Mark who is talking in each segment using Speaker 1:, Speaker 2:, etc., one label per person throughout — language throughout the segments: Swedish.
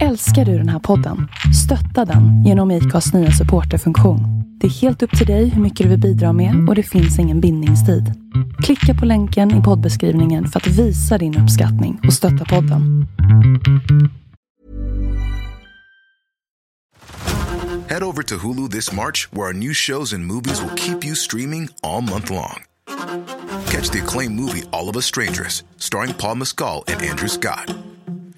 Speaker 1: Älskar du den här podden? Stötta den genom IKAs nya supporterfunktion. Det är helt upp till dig hur mycket du vill bidra med och det finns ingen bindningstid. Klicka på länken i poddbeskrivningen för att visa din uppskattning och stötta podden.
Speaker 2: Head over to Hulu this March, where our new shows and movies will keep you streaming all month long. Catch the acclaimed movie All of Us Strangers, starring Paul Mescal and Andrew Scott.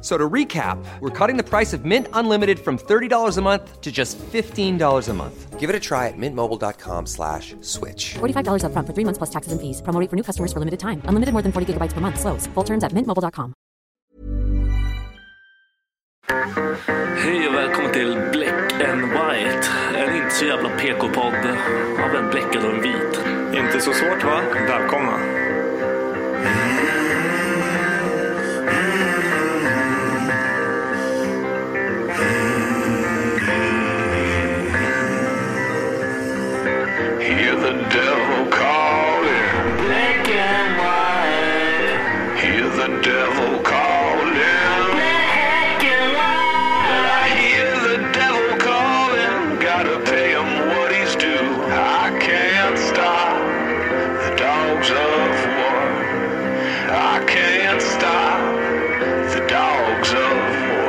Speaker 3: So to recap, we're cutting the price of Mint Unlimited from $30 a month to just $15 a month. Give it a try at mintmobile.com slash switch.
Speaker 4: $45 upfront for three months plus taxes and fees. Promo rate for new customers for limited time. Unlimited more than 40 gigabytes per month. Slows. Full terms at mintmobile.com.
Speaker 5: Hej och välkommen till Black and White. En inte så jävla PK-podd av en bläckad och en vit.
Speaker 6: Inte så svårt va? Välkomna.
Speaker 7: Hear the devil calling. Black and white. Hear the devil calling. Black and white. I hear the devil calling. Gotta pay him what he's due. I can't stop the dogs of war. I can't stop the dogs of war.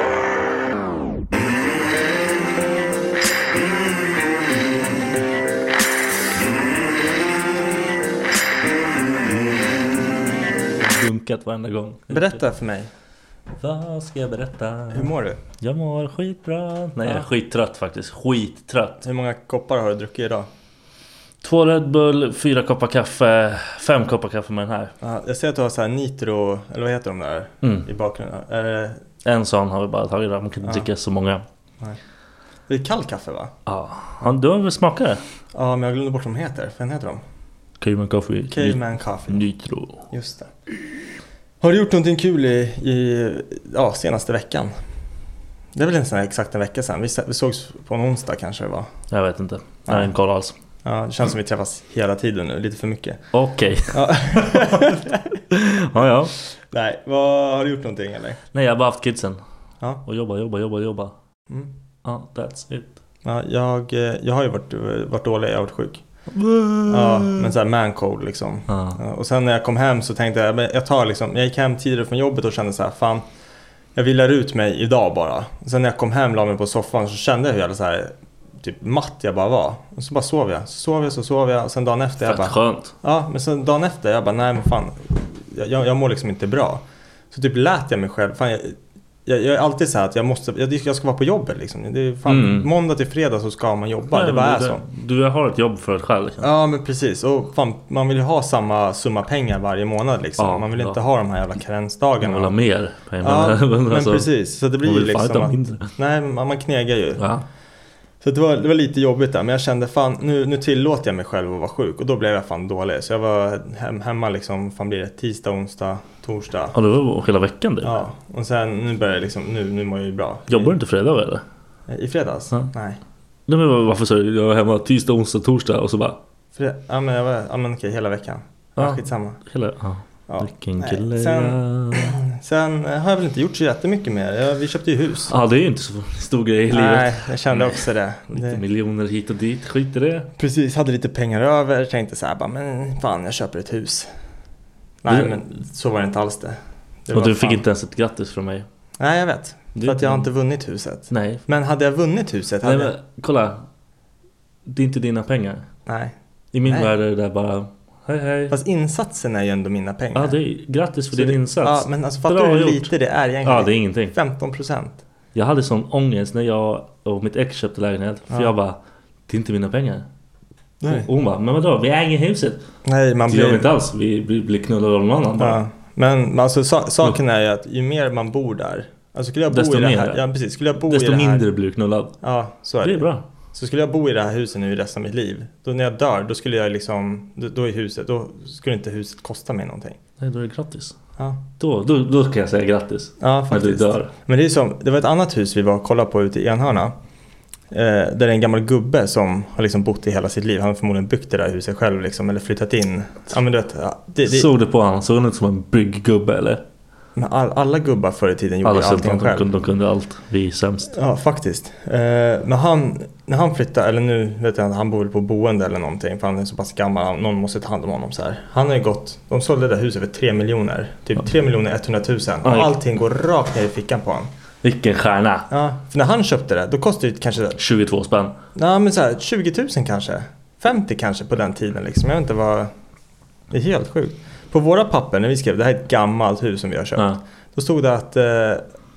Speaker 5: Dunkat varenda gång.
Speaker 6: Berätta för mig.
Speaker 5: Vad ska jag berätta?
Speaker 6: Hur mår du?
Speaker 5: Jag mår skitbra. Nej, jag är
Speaker 6: Ja.
Speaker 5: skittrött faktiskt. Skittrött.
Speaker 6: Hur många koppar har du druckit idag?
Speaker 5: Två Red Bull, fyra koppar kaffe, fem koppar kaffe med den här.
Speaker 6: Ja, jag ser att du har så här nitro, eller vad heter de där? I bakgrunden. Är det,
Speaker 5: En sån har vi bara tagit där. Man kan inte dricka så många.
Speaker 6: det är kall kaffe va?
Speaker 5: Ja, Ja, du har väl smakat det?
Speaker 6: Ja, men jag glömde bort vad de heter. Vad heter de?
Speaker 5: Cayman Coffee.
Speaker 6: Caveman Coffee.
Speaker 5: Nitro.
Speaker 6: Just det. Har du gjort någonting kul i, i ja, senaste veckan? Det är väl inte så här exakt en vecka sedan. Vi, se- vi sågs på en onsdag kanske det var.
Speaker 5: Jag vet inte. Jag har
Speaker 6: Nej.
Speaker 5: inte koll alls.
Speaker 6: Ja, det känns som vi träffas hela tiden nu, lite för mycket.
Speaker 5: Okej.
Speaker 6: Ja.
Speaker 5: Ja, ja.
Speaker 6: Nej, vad, har du gjort någonting eller?
Speaker 5: Nej, jag har bara haft kidsen.
Speaker 6: Ja.
Speaker 5: Och jobba, jobba, jobba, jobba.
Speaker 6: Mm.
Speaker 5: Ja, that's it.
Speaker 6: Ja, jag, eh, jag har ju varit, varit dålig, jag har varit sjuk. Ja, men såhär mancold liksom.
Speaker 5: Ja.
Speaker 6: Ja, Och sen när jag kom hem så tänkte jag, men jag tar liksom, jag gick hem tidigare från jobbet och kände så här, fan. Jag vilar ut mig idag bara. Och sen när jag kom hem, la mig på soffan så kände jag hur jävla så här, typ matt jag bara var. Och så bara sov jag, så sov jag, så sov jag. Och sen dagen efter, jag
Speaker 5: Fett
Speaker 6: bara,
Speaker 5: skönt.
Speaker 6: Ja, men sen dagen efter, jag bara nej men fan, jag, jag, jag mår liksom inte bra. Så typ lät jag mig själv, fan jag, jag, jag är alltid så här att jag måste, jag, jag ska vara på jobbet liksom. Det är fan,
Speaker 5: Mm.
Speaker 6: Måndag till fredag så ska man jobba,
Speaker 5: Nej,
Speaker 6: det
Speaker 5: men
Speaker 6: bara är
Speaker 5: du-
Speaker 6: så.
Speaker 5: Du har ett jobb för dig själv. Liksom.
Speaker 6: Ja men precis, och fan, man vill ju ha samma summa pengar varje månad liksom.
Speaker 5: Ja,
Speaker 6: man vill
Speaker 5: ja.
Speaker 6: inte ha de här jävla
Speaker 5: Jag vill ha
Speaker 6: karensdagarna.
Speaker 5: mer pengar.
Speaker 6: Ja, men
Speaker 5: alltså,
Speaker 6: precis. Så det blir
Speaker 5: man
Speaker 6: ju
Speaker 5: vill fan
Speaker 6: liksom
Speaker 5: inte ha
Speaker 6: att-
Speaker 5: mindre.
Speaker 6: Nej, man, man knegar ju.
Speaker 5: Ja.
Speaker 6: Så det var, det var lite jobbigt där, men jag kände fan nu, nu tillåter jag mig själv att vara sjuk och då blev jag fan dålig. Så jag var hem, hemma liksom, fan blir det tisdag, onsdag, torsdag.
Speaker 5: ja, det var hela veckan du.
Speaker 6: Ja, och sen nu börjar jag liksom, nu, nu mår jag ju bra.
Speaker 5: Jobbar du inte fredag eller?
Speaker 6: I, I fredags?
Speaker 5: Ja.
Speaker 6: Nej.
Speaker 5: Nej men varför sa du jag var hemma tisdag, onsdag, torsdag och så bara...
Speaker 6: Fre- ja men jag var, ja men okej, hela veckan. Ja.
Speaker 5: Ja.
Speaker 6: skitsamma.
Speaker 5: Hela, ja.
Speaker 6: Ja.
Speaker 5: Vilken
Speaker 6: Nej,
Speaker 5: kille
Speaker 6: sen-
Speaker 5: jag...
Speaker 6: Sen eh, har jag väl inte gjort så jättemycket mer. Jag, vi köpte ju hus.
Speaker 5: Ja det är ju inte så stor grej i livet.
Speaker 6: Nej, jag kände också det.
Speaker 5: Lite
Speaker 6: det.
Speaker 5: miljoner hit och dit, skit i det.
Speaker 6: Precis, hade lite pengar över. Tänkte så här, bara, men fan jag köper ett hus. Nej
Speaker 5: Du-
Speaker 6: men så var det inte alls det. det
Speaker 5: och
Speaker 6: var
Speaker 5: du fick
Speaker 6: fan-
Speaker 5: inte ens ett grattis från mig.
Speaker 6: Nej jag vet.
Speaker 5: Du-
Speaker 6: För att jag har inte vunnit huset.
Speaker 5: Nej.
Speaker 6: Men hade jag vunnit huset?
Speaker 5: Nej
Speaker 6: Hade jag...
Speaker 5: men kolla. Det är inte dina pengar.
Speaker 6: Nej.
Speaker 5: I min
Speaker 6: Nej.
Speaker 5: värld är det där bara... Hej hej.
Speaker 6: Fast insatsen är ju ändå mina pengar.
Speaker 5: Ja, det är, grattis för
Speaker 6: Så
Speaker 5: din
Speaker 6: det-
Speaker 5: insats.
Speaker 6: Ja, men alltså fattar
Speaker 5: Bra
Speaker 6: du hur
Speaker 5: gjort.
Speaker 6: lite det är egentligen?
Speaker 5: Ja, det är ingenting.
Speaker 6: 15 procent.
Speaker 5: Jag hade sån ångest när jag och mitt ex köpte lägenhet. För
Speaker 6: Ja.
Speaker 5: jag bara, det är inte mina pengar.
Speaker 6: Nej.
Speaker 5: Och hon bara, men vadå? Vi äger huset.
Speaker 6: Nej, man
Speaker 5: Det gör vi
Speaker 6: blir...
Speaker 5: inte alls. Vi vi blir knullade av någon annan bara.
Speaker 6: Ja. Men men alltså, sa- saken är ju att ju mer man bor där. Alltså skulle jag bo
Speaker 5: Desto
Speaker 6: i det här.
Speaker 5: mindre.
Speaker 6: Oh, Ja, precis. Skulle jag bo i
Speaker 5: Desto
Speaker 6: det här.
Speaker 5: mindre blir du knullad.
Speaker 6: Ja, så är
Speaker 5: Det är
Speaker 6: det.
Speaker 5: bra.
Speaker 6: Så skulle jag bo i det här huset nu i resten av mitt liv. Då när jag dör, då skulle jag liksom, då, då är huset, då skulle inte huset kosta mig någonting.
Speaker 5: Nej, då är det gratis.
Speaker 6: Ja.
Speaker 5: Då, då, då kan jag säga grattis.
Speaker 6: Ja,
Speaker 5: När du
Speaker 6: faktiskt.
Speaker 5: dör.
Speaker 6: Men det är som, det var ett annat hus vi var och kollade på ute i Enhörna. Eh, där det är en gammal gubbe som har liksom bott i hela sitt liv. Han har förmodligen byggt det där huset själv liksom, eller flyttat in. Ja, men du vet, ja, det, det,
Speaker 5: Såg du på honom? Såg han ut som en bygggubbe eller?
Speaker 6: men all, alla gubbar förr i tiden gjorde
Speaker 5: Alla såg ut
Speaker 6: allting
Speaker 5: som att de
Speaker 6: själv.
Speaker 5: kunde, de kunde allt. Vi är sämst.
Speaker 6: Ja, faktiskt. Eh, men han, när han flyttade, eller nu vet jag inte, han bor väl på boende eller någonting för han är så pass gammal, han- någon måste ta hand om honom så här. Han har ju gått, de sålde det där huset för 3 miljoner, typ 3 miljoner 100 000 och
Speaker 5: Aj.
Speaker 6: allting går rakt ner i fickan på honom.
Speaker 5: Vilken stjärna!
Speaker 6: Ja, för när han köpte det, då kostade det kanske
Speaker 5: 22 spänn.
Speaker 6: Nej men så här, 20 000 kanske. 50 kanske på den tiden liksom. Jag vet inte vad... Det är helt sjukt. På våra papper när vi skrev, det här är ett gammalt hus som vi har köpt.
Speaker 5: Ja.
Speaker 6: Då stod det att eh,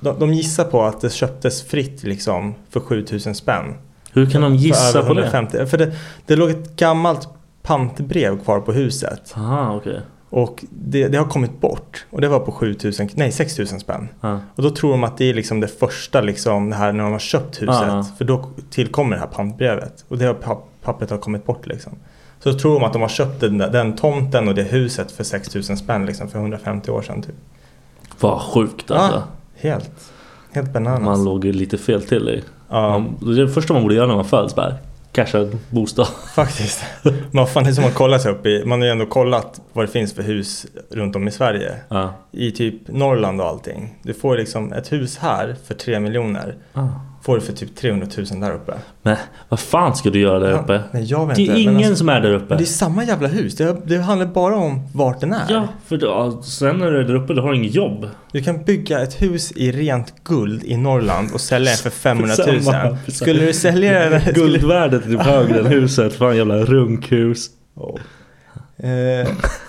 Speaker 6: de, de gissar på att det köptes fritt liksom för 7 000 spänn.
Speaker 5: Hur kan de
Speaker 6: för
Speaker 5: gissa
Speaker 6: över
Speaker 5: på det?
Speaker 6: 150. För det, det låg ett gammalt pantbrev kvar på huset.
Speaker 5: Aha, okej.
Speaker 6: Och det, det har kommit bort. Och det var på 7 000, nej 6 000 spänn.
Speaker 5: Ja.
Speaker 6: Och då tror de att det är liksom det första, liksom, det här när de har köpt huset.
Speaker 5: Ja.
Speaker 6: För då tillkommer det här pantbrevet. Och det har pa- pappret har kommit bort liksom. Så då tror de att de har köpt den, där- den tomten och det huset för 6 000 spänn liksom, för 150 år sedan. Typ.
Speaker 5: Vad sjukt
Speaker 6: Ja,
Speaker 5: alltså.
Speaker 6: helt, helt bananas.
Speaker 5: Man låg ju lite fel till i.
Speaker 6: Alltså. Ja.
Speaker 5: Man- Det är det första man borde göra när man föds bara. Casha en bostad.
Speaker 6: Faktiskt. Man, fan, det är som att kolla sig upp i, man har ju ändå kollat vad det finns för hus runt om i Sverige.
Speaker 5: Ja.
Speaker 6: I typ Norrland och allting. Du får liksom ett hus här för 3 miljoner.
Speaker 5: Ah.
Speaker 6: Får du för typ 300 000 där uppe.
Speaker 5: Men vad fan ska du göra där
Speaker 6: Ja,
Speaker 5: uppe?
Speaker 6: nej, jag vet
Speaker 5: det är
Speaker 6: inte, men
Speaker 5: ingen
Speaker 6: alltså-
Speaker 5: som är där uppe.
Speaker 6: Men det är samma jävla hus. Det, det handlar bara om vart den är.
Speaker 5: Ja, för då, ja, sen när du är där uppe då har du inget jobb.
Speaker 6: Du kan bygga ett hus i rent guld i Norrland och sälja den för 500 000.
Speaker 5: Samma.
Speaker 6: Skulle du sälja den... Skulle,
Speaker 5: Guldvärdet är typ högre än huset. Fan jävla runkhus.
Speaker 6: eh,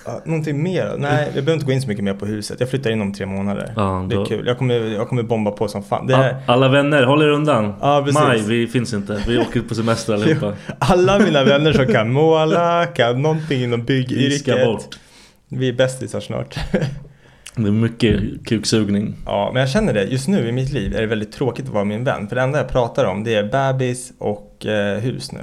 Speaker 6: ja, någonting mer då? Nej, jag behöver inte gå in så mycket mer på huset. Jag flyttar in om tre månader.
Speaker 5: Ja,
Speaker 6: Det är
Speaker 5: då-
Speaker 6: kul. Jag kommer, jag kommer bomba på som fan. Det
Speaker 5: Ah,
Speaker 6: är,
Speaker 5: alla vänner, håll er undan.
Speaker 6: Ja, precis.
Speaker 5: Maj, vi finns inte. Vi åker på semester allihopa.
Speaker 6: alla mina vänner som kan måla, kan någonting inom
Speaker 5: Vi ska
Speaker 6: byggyrket.
Speaker 5: bort.
Speaker 6: Vi är bästisar snart.
Speaker 5: Det är mycket kuksugning.
Speaker 6: Ja, men jag känner det. Just nu i mitt liv är det väldigt tråkigt att vara min vän. För det enda jag pratar om det är bebis och eh, hus nu.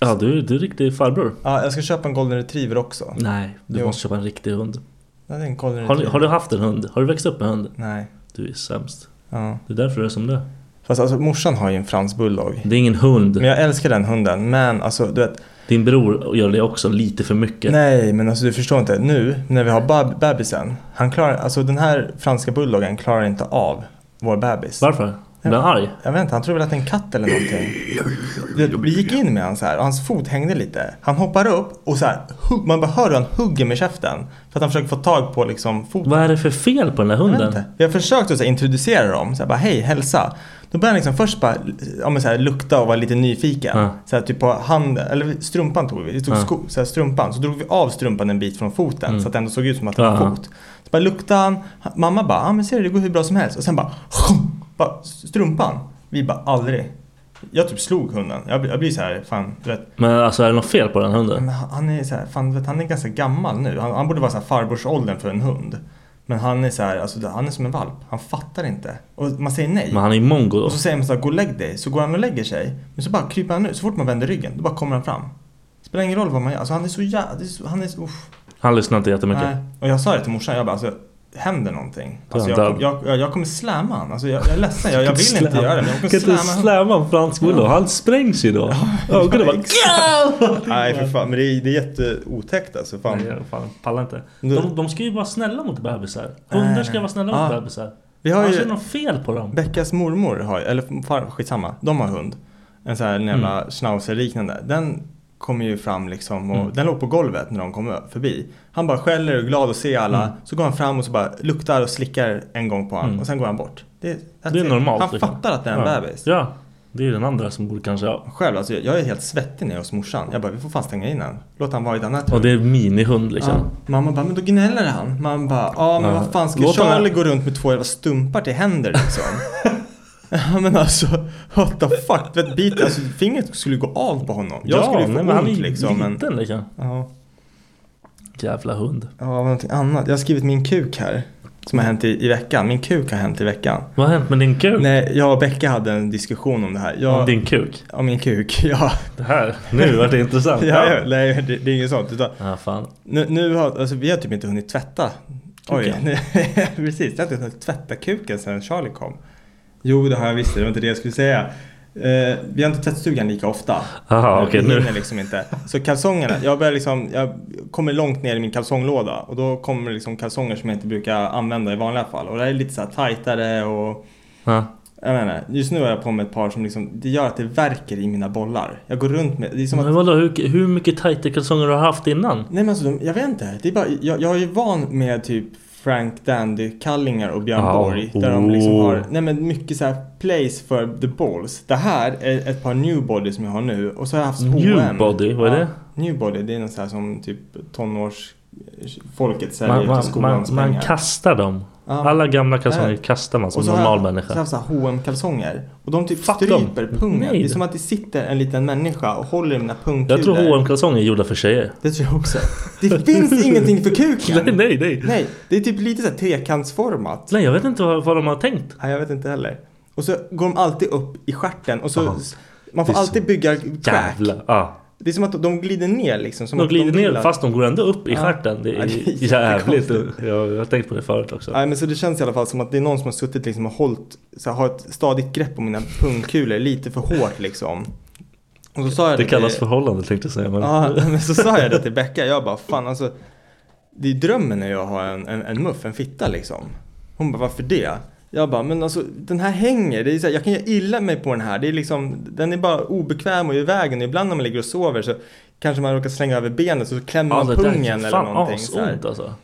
Speaker 5: Ja, du, du är riktig farbror.
Speaker 6: Ja, jag ska köpa en golden retriever också.
Speaker 5: Nej, du
Speaker 6: Jo.
Speaker 5: måste köpa en riktig hund.
Speaker 6: Ja, det är en golden
Speaker 5: Mm. Har,
Speaker 6: retriever.
Speaker 5: ni- har du haft en hund? Har du växt upp med hund?
Speaker 6: Nej.
Speaker 5: Du är sämst.
Speaker 6: Ja.
Speaker 5: Det är därför du är som du är.
Speaker 6: Fast alltså morsan har ju en fransk bulldog.
Speaker 5: Det är ingen hund.
Speaker 6: Men jag älskar den hunden. Men alltså du vet.
Speaker 5: Din bror gör det också lite för mycket.
Speaker 6: Nej, men alltså du förstår inte. Nu när vi har bab- bebisen. Han klarar, alltså den här franska bulldoggen klarar inte av vår bebis.
Speaker 5: Varför? Blir han arg?
Speaker 6: Jag vet inte, han tror väl att det är en katt eller någonting. Du vet, Vi gick in med han så här och hans fot hängde lite. Han hoppar upp och så här, hugg, man bara hör hur han hugger med käften. För att han försöker få tag på liksom foten.
Speaker 5: Vad är det för fel på den här
Speaker 6: Jag vet
Speaker 5: hunden?
Speaker 6: inte. Vi har försökt att så här, introducera dem, så här, bara hej, hälsa. Då börjar han liksom först bara ja, men så här, lukta och vara lite nyfiken.
Speaker 5: Ja.
Speaker 6: Så här, typ på handen, eller strumpan tog vi, vi tog
Speaker 5: Ja. Mm.
Speaker 6: sko, så här, strumpan. Så drog vi av strumpan en bit från foten så att det ändå såg ut som att det var
Speaker 5: Ja.
Speaker 6: fot. Så bara luktade han, Han- mamma bara, ah, men ser du det går hur bra som helst. Och sen bara, bara strumpan. Vi bara aldrig. Jag typ slog hunden. Jag, blir- jag blir så här, fan du vet.
Speaker 5: Men alltså är det något fel på den
Speaker 6: Men
Speaker 5: hunden?
Speaker 6: han han är så här, fan, du vet, han är ganska gammal nu. Han, han borde vara så här farborsåldern för en hund. Men han är så här, alltså, han är som en valp. Han fattar inte. Och man säger nej.
Speaker 5: Men han är ju mongo då.
Speaker 6: Och så säger man så här, gå och lägg dig. Så går han och lägger sig. Men så bara kryper han ut. Så fort man vänder ryggen, då bara kommer han fram. Spelar ingen roll vad man gör. Alltså han är så jävla... Han är så... Uff,
Speaker 5: Han lyssnar inte jättemycket.
Speaker 6: nej. Och jag sa det till morsan, jag bara alltså, händer någonting.
Speaker 5: Då är
Speaker 6: Alltså,
Speaker 5: han
Speaker 6: jag,
Speaker 5: död.
Speaker 6: jag, jag, jag kommer slamma han. Alltså, jag, jag är ledsen, jag, jag vill inte
Speaker 5: Slam.
Speaker 6: göra det. Men jag
Speaker 5: Kan
Speaker 6: kommer
Speaker 5: inte
Speaker 6: slamma honom.
Speaker 5: slamma en fransk bulldog? Han sprängs ju då. Ögonen bara...
Speaker 6: Nej för fan, men det är, det är jätteotäckt alltså. Fan.
Speaker 5: Nej, fan, pallar inte.
Speaker 6: Nu-
Speaker 5: De, de ska ju vara snälla mot bebisar. Hundar ska vara snälla mot
Speaker 6: Ja.
Speaker 5: bebisar.
Speaker 6: Vi Ah. har
Speaker 5: Annars
Speaker 6: ju-
Speaker 5: är det något fel på dem.
Speaker 6: Beckas mormor har eller far, skitsamma, de har hund. En sån här jävla
Speaker 5: Mm.
Speaker 6: schnauzer-liknande. Den kommer ju fram liksom och
Speaker 5: Mm.
Speaker 6: den låg på golvet när de kom ö- förbi. Han bara skäller och är glad och ser alla.
Speaker 5: Mm.
Speaker 6: Så går han fram och så bara luktar och slickar en gång på honom och sen går han bort. Det,
Speaker 5: Det är normalt.
Speaker 6: Han
Speaker 5: liksom.
Speaker 6: fattar att det är en
Speaker 5: ja.
Speaker 6: bebis.
Speaker 5: Ja. Det är den andra som borde kanske... Ja.
Speaker 6: Själv alltså, jag är helt svettig när jag är hos morsan. Jag bara, vi får fan stänga in han. Låt han vara i ett annat
Speaker 5: Och
Speaker 6: rum.
Speaker 5: det är en minihund liksom.
Speaker 6: Ja. Mamma bara, men då gnäller han. Man bara, ja men
Speaker 5: Ja.
Speaker 6: vad fan ska
Speaker 5: Låt honom-
Speaker 6: Charlie gå runt med två jävla stumpar till händer liksom? Ja men alltså, what the fuck? Vet, bit, alltså, fingret skulle gå av på honom. Jag skulle ju få
Speaker 5: nej, men han är
Speaker 6: ont
Speaker 5: ju
Speaker 6: liksom. Men,
Speaker 5: liten liksom.
Speaker 6: ja,
Speaker 5: Jävla hund.
Speaker 6: ja, men någonting annat. Jag har skrivit min kuk här. Som har hänt i, i veckan. Min kuk har hänt i veckan.
Speaker 5: Vad har hänt med din kuk?
Speaker 6: Nej, jag och Becka hade en diskussion om det här. Jag,
Speaker 5: Om Din kuk?
Speaker 6: Om min kuk, ja.
Speaker 5: Det här, nu vart det intressant.
Speaker 6: ja, ja nej, det, det är inget sånt. Utan,
Speaker 5: Ja, fan.
Speaker 6: nu, nu har, alltså, vi har typ inte hunnit tvätta. Oj,
Speaker 5: Kuken.
Speaker 6: nej, precis. Jag har inte hunnit tvätta kuken sedan Charlie kom. Jo, det har jag visst. Det var inte det jag skulle säga. Eh, vi har inte tvättstugan lika ofta.
Speaker 5: Jaha, okej,
Speaker 6: vi
Speaker 5: nu-
Speaker 6: hinner liksom inte. Så kalsongerna, jag börjar liksom, jag kommer långt ner i min kalsonglåda. Och då kommer liksom kalsonger som jag inte brukar använda i vanliga fall. Och det här är lite så här tajtare och
Speaker 5: Ja.
Speaker 6: jag menar, just nu har jag på mig ett par som liksom, det gör att det verkar i mina bollar. Jag går runt med, det är som att,
Speaker 5: Men vadå, hur, hur mycket tajta kalsonger har du haft innan?
Speaker 6: nej men alltså, de- jag vet inte. Det är bara, jag, jag är ju van med typ Frank Dandy-kallingar och Björn
Speaker 5: Ja.
Speaker 6: Borg. Där de liksom
Speaker 5: Oh.
Speaker 6: har, nej men mycket så här place for the balls. Det här är ett par Newbody som jag har nu och så har jag haft H&M.
Speaker 5: Newbody, vad är det?
Speaker 6: Newbody, det är något så här som typ tonårsfolket säljer
Speaker 5: Man,
Speaker 6: till
Speaker 5: man, man,
Speaker 6: skolans
Speaker 5: man
Speaker 6: pengar.
Speaker 5: kastar dem.
Speaker 6: Ja.
Speaker 5: Alla gamla kalsonger
Speaker 6: Ja.
Speaker 5: kastar man som
Speaker 6: och så
Speaker 5: normal
Speaker 6: har jag, så har
Speaker 5: människa.
Speaker 6: jag så här H&M kalsonger Och de typ
Speaker 5: Fuck
Speaker 6: stryper
Speaker 5: dem.
Speaker 6: pungen.
Speaker 5: Nej.
Speaker 6: Det är som att det sitter en liten människa och håller i mina pungkulor.
Speaker 5: Jag tror hm kalsonger är gjorda för tjejer.
Speaker 6: Det tror jag också. Det finns ingenting för kuken.
Speaker 5: Nej, nej, nej. Nej,
Speaker 6: Nej, det är typ lite så här trekantsformat.
Speaker 5: jag vet inte vad, vad de har tänkt.
Speaker 6: Nej, jag vet inte heller. Och så går de alltid upp i stjärten och så...
Speaker 5: Ja.
Speaker 6: Man får
Speaker 5: Det är så
Speaker 6: alltid bygga crack.
Speaker 5: Jävlar. Ja.
Speaker 6: Det är som att de glider ner liksom. Som
Speaker 5: De
Speaker 6: att
Speaker 5: glider ner
Speaker 6: trillar.
Speaker 5: fast de går ändå upp i
Speaker 6: Ja.
Speaker 5: stjärten. Det
Speaker 6: Ja,
Speaker 5: är
Speaker 6: det är
Speaker 5: jävligt.
Speaker 6: jättekonstigt.
Speaker 5: Jag, jag har tänkt på det förut också.
Speaker 6: Nej men så det känns i alla fall som att det är någon som har suttit liksom och hållit, så här, har ett stadigt grepp om mina pungkulor lite för hårt liksom. Och så sa jag
Speaker 5: Det kallas
Speaker 6: till-
Speaker 5: förhållande tänkte jag säga. Men...
Speaker 6: Ja, men så sa jag det till Becka, jag bara fan alltså Det är drömmen när jag har en, en, en muff, en fitta liksom Hon bara varför det? Jag bara men alltså den här hänger, det är så här, jag kan göra illa mig på den här Det är liksom, den är bara obekväm och i vägen Ibland när man ligger och sover så kanske man råkar slänga över benet så klämmer man
Speaker 5: det där-
Speaker 6: pungen eller någonting
Speaker 5: Alltså,
Speaker 6: så
Speaker 5: Fan
Speaker 6: här.
Speaker 5: asont alltså.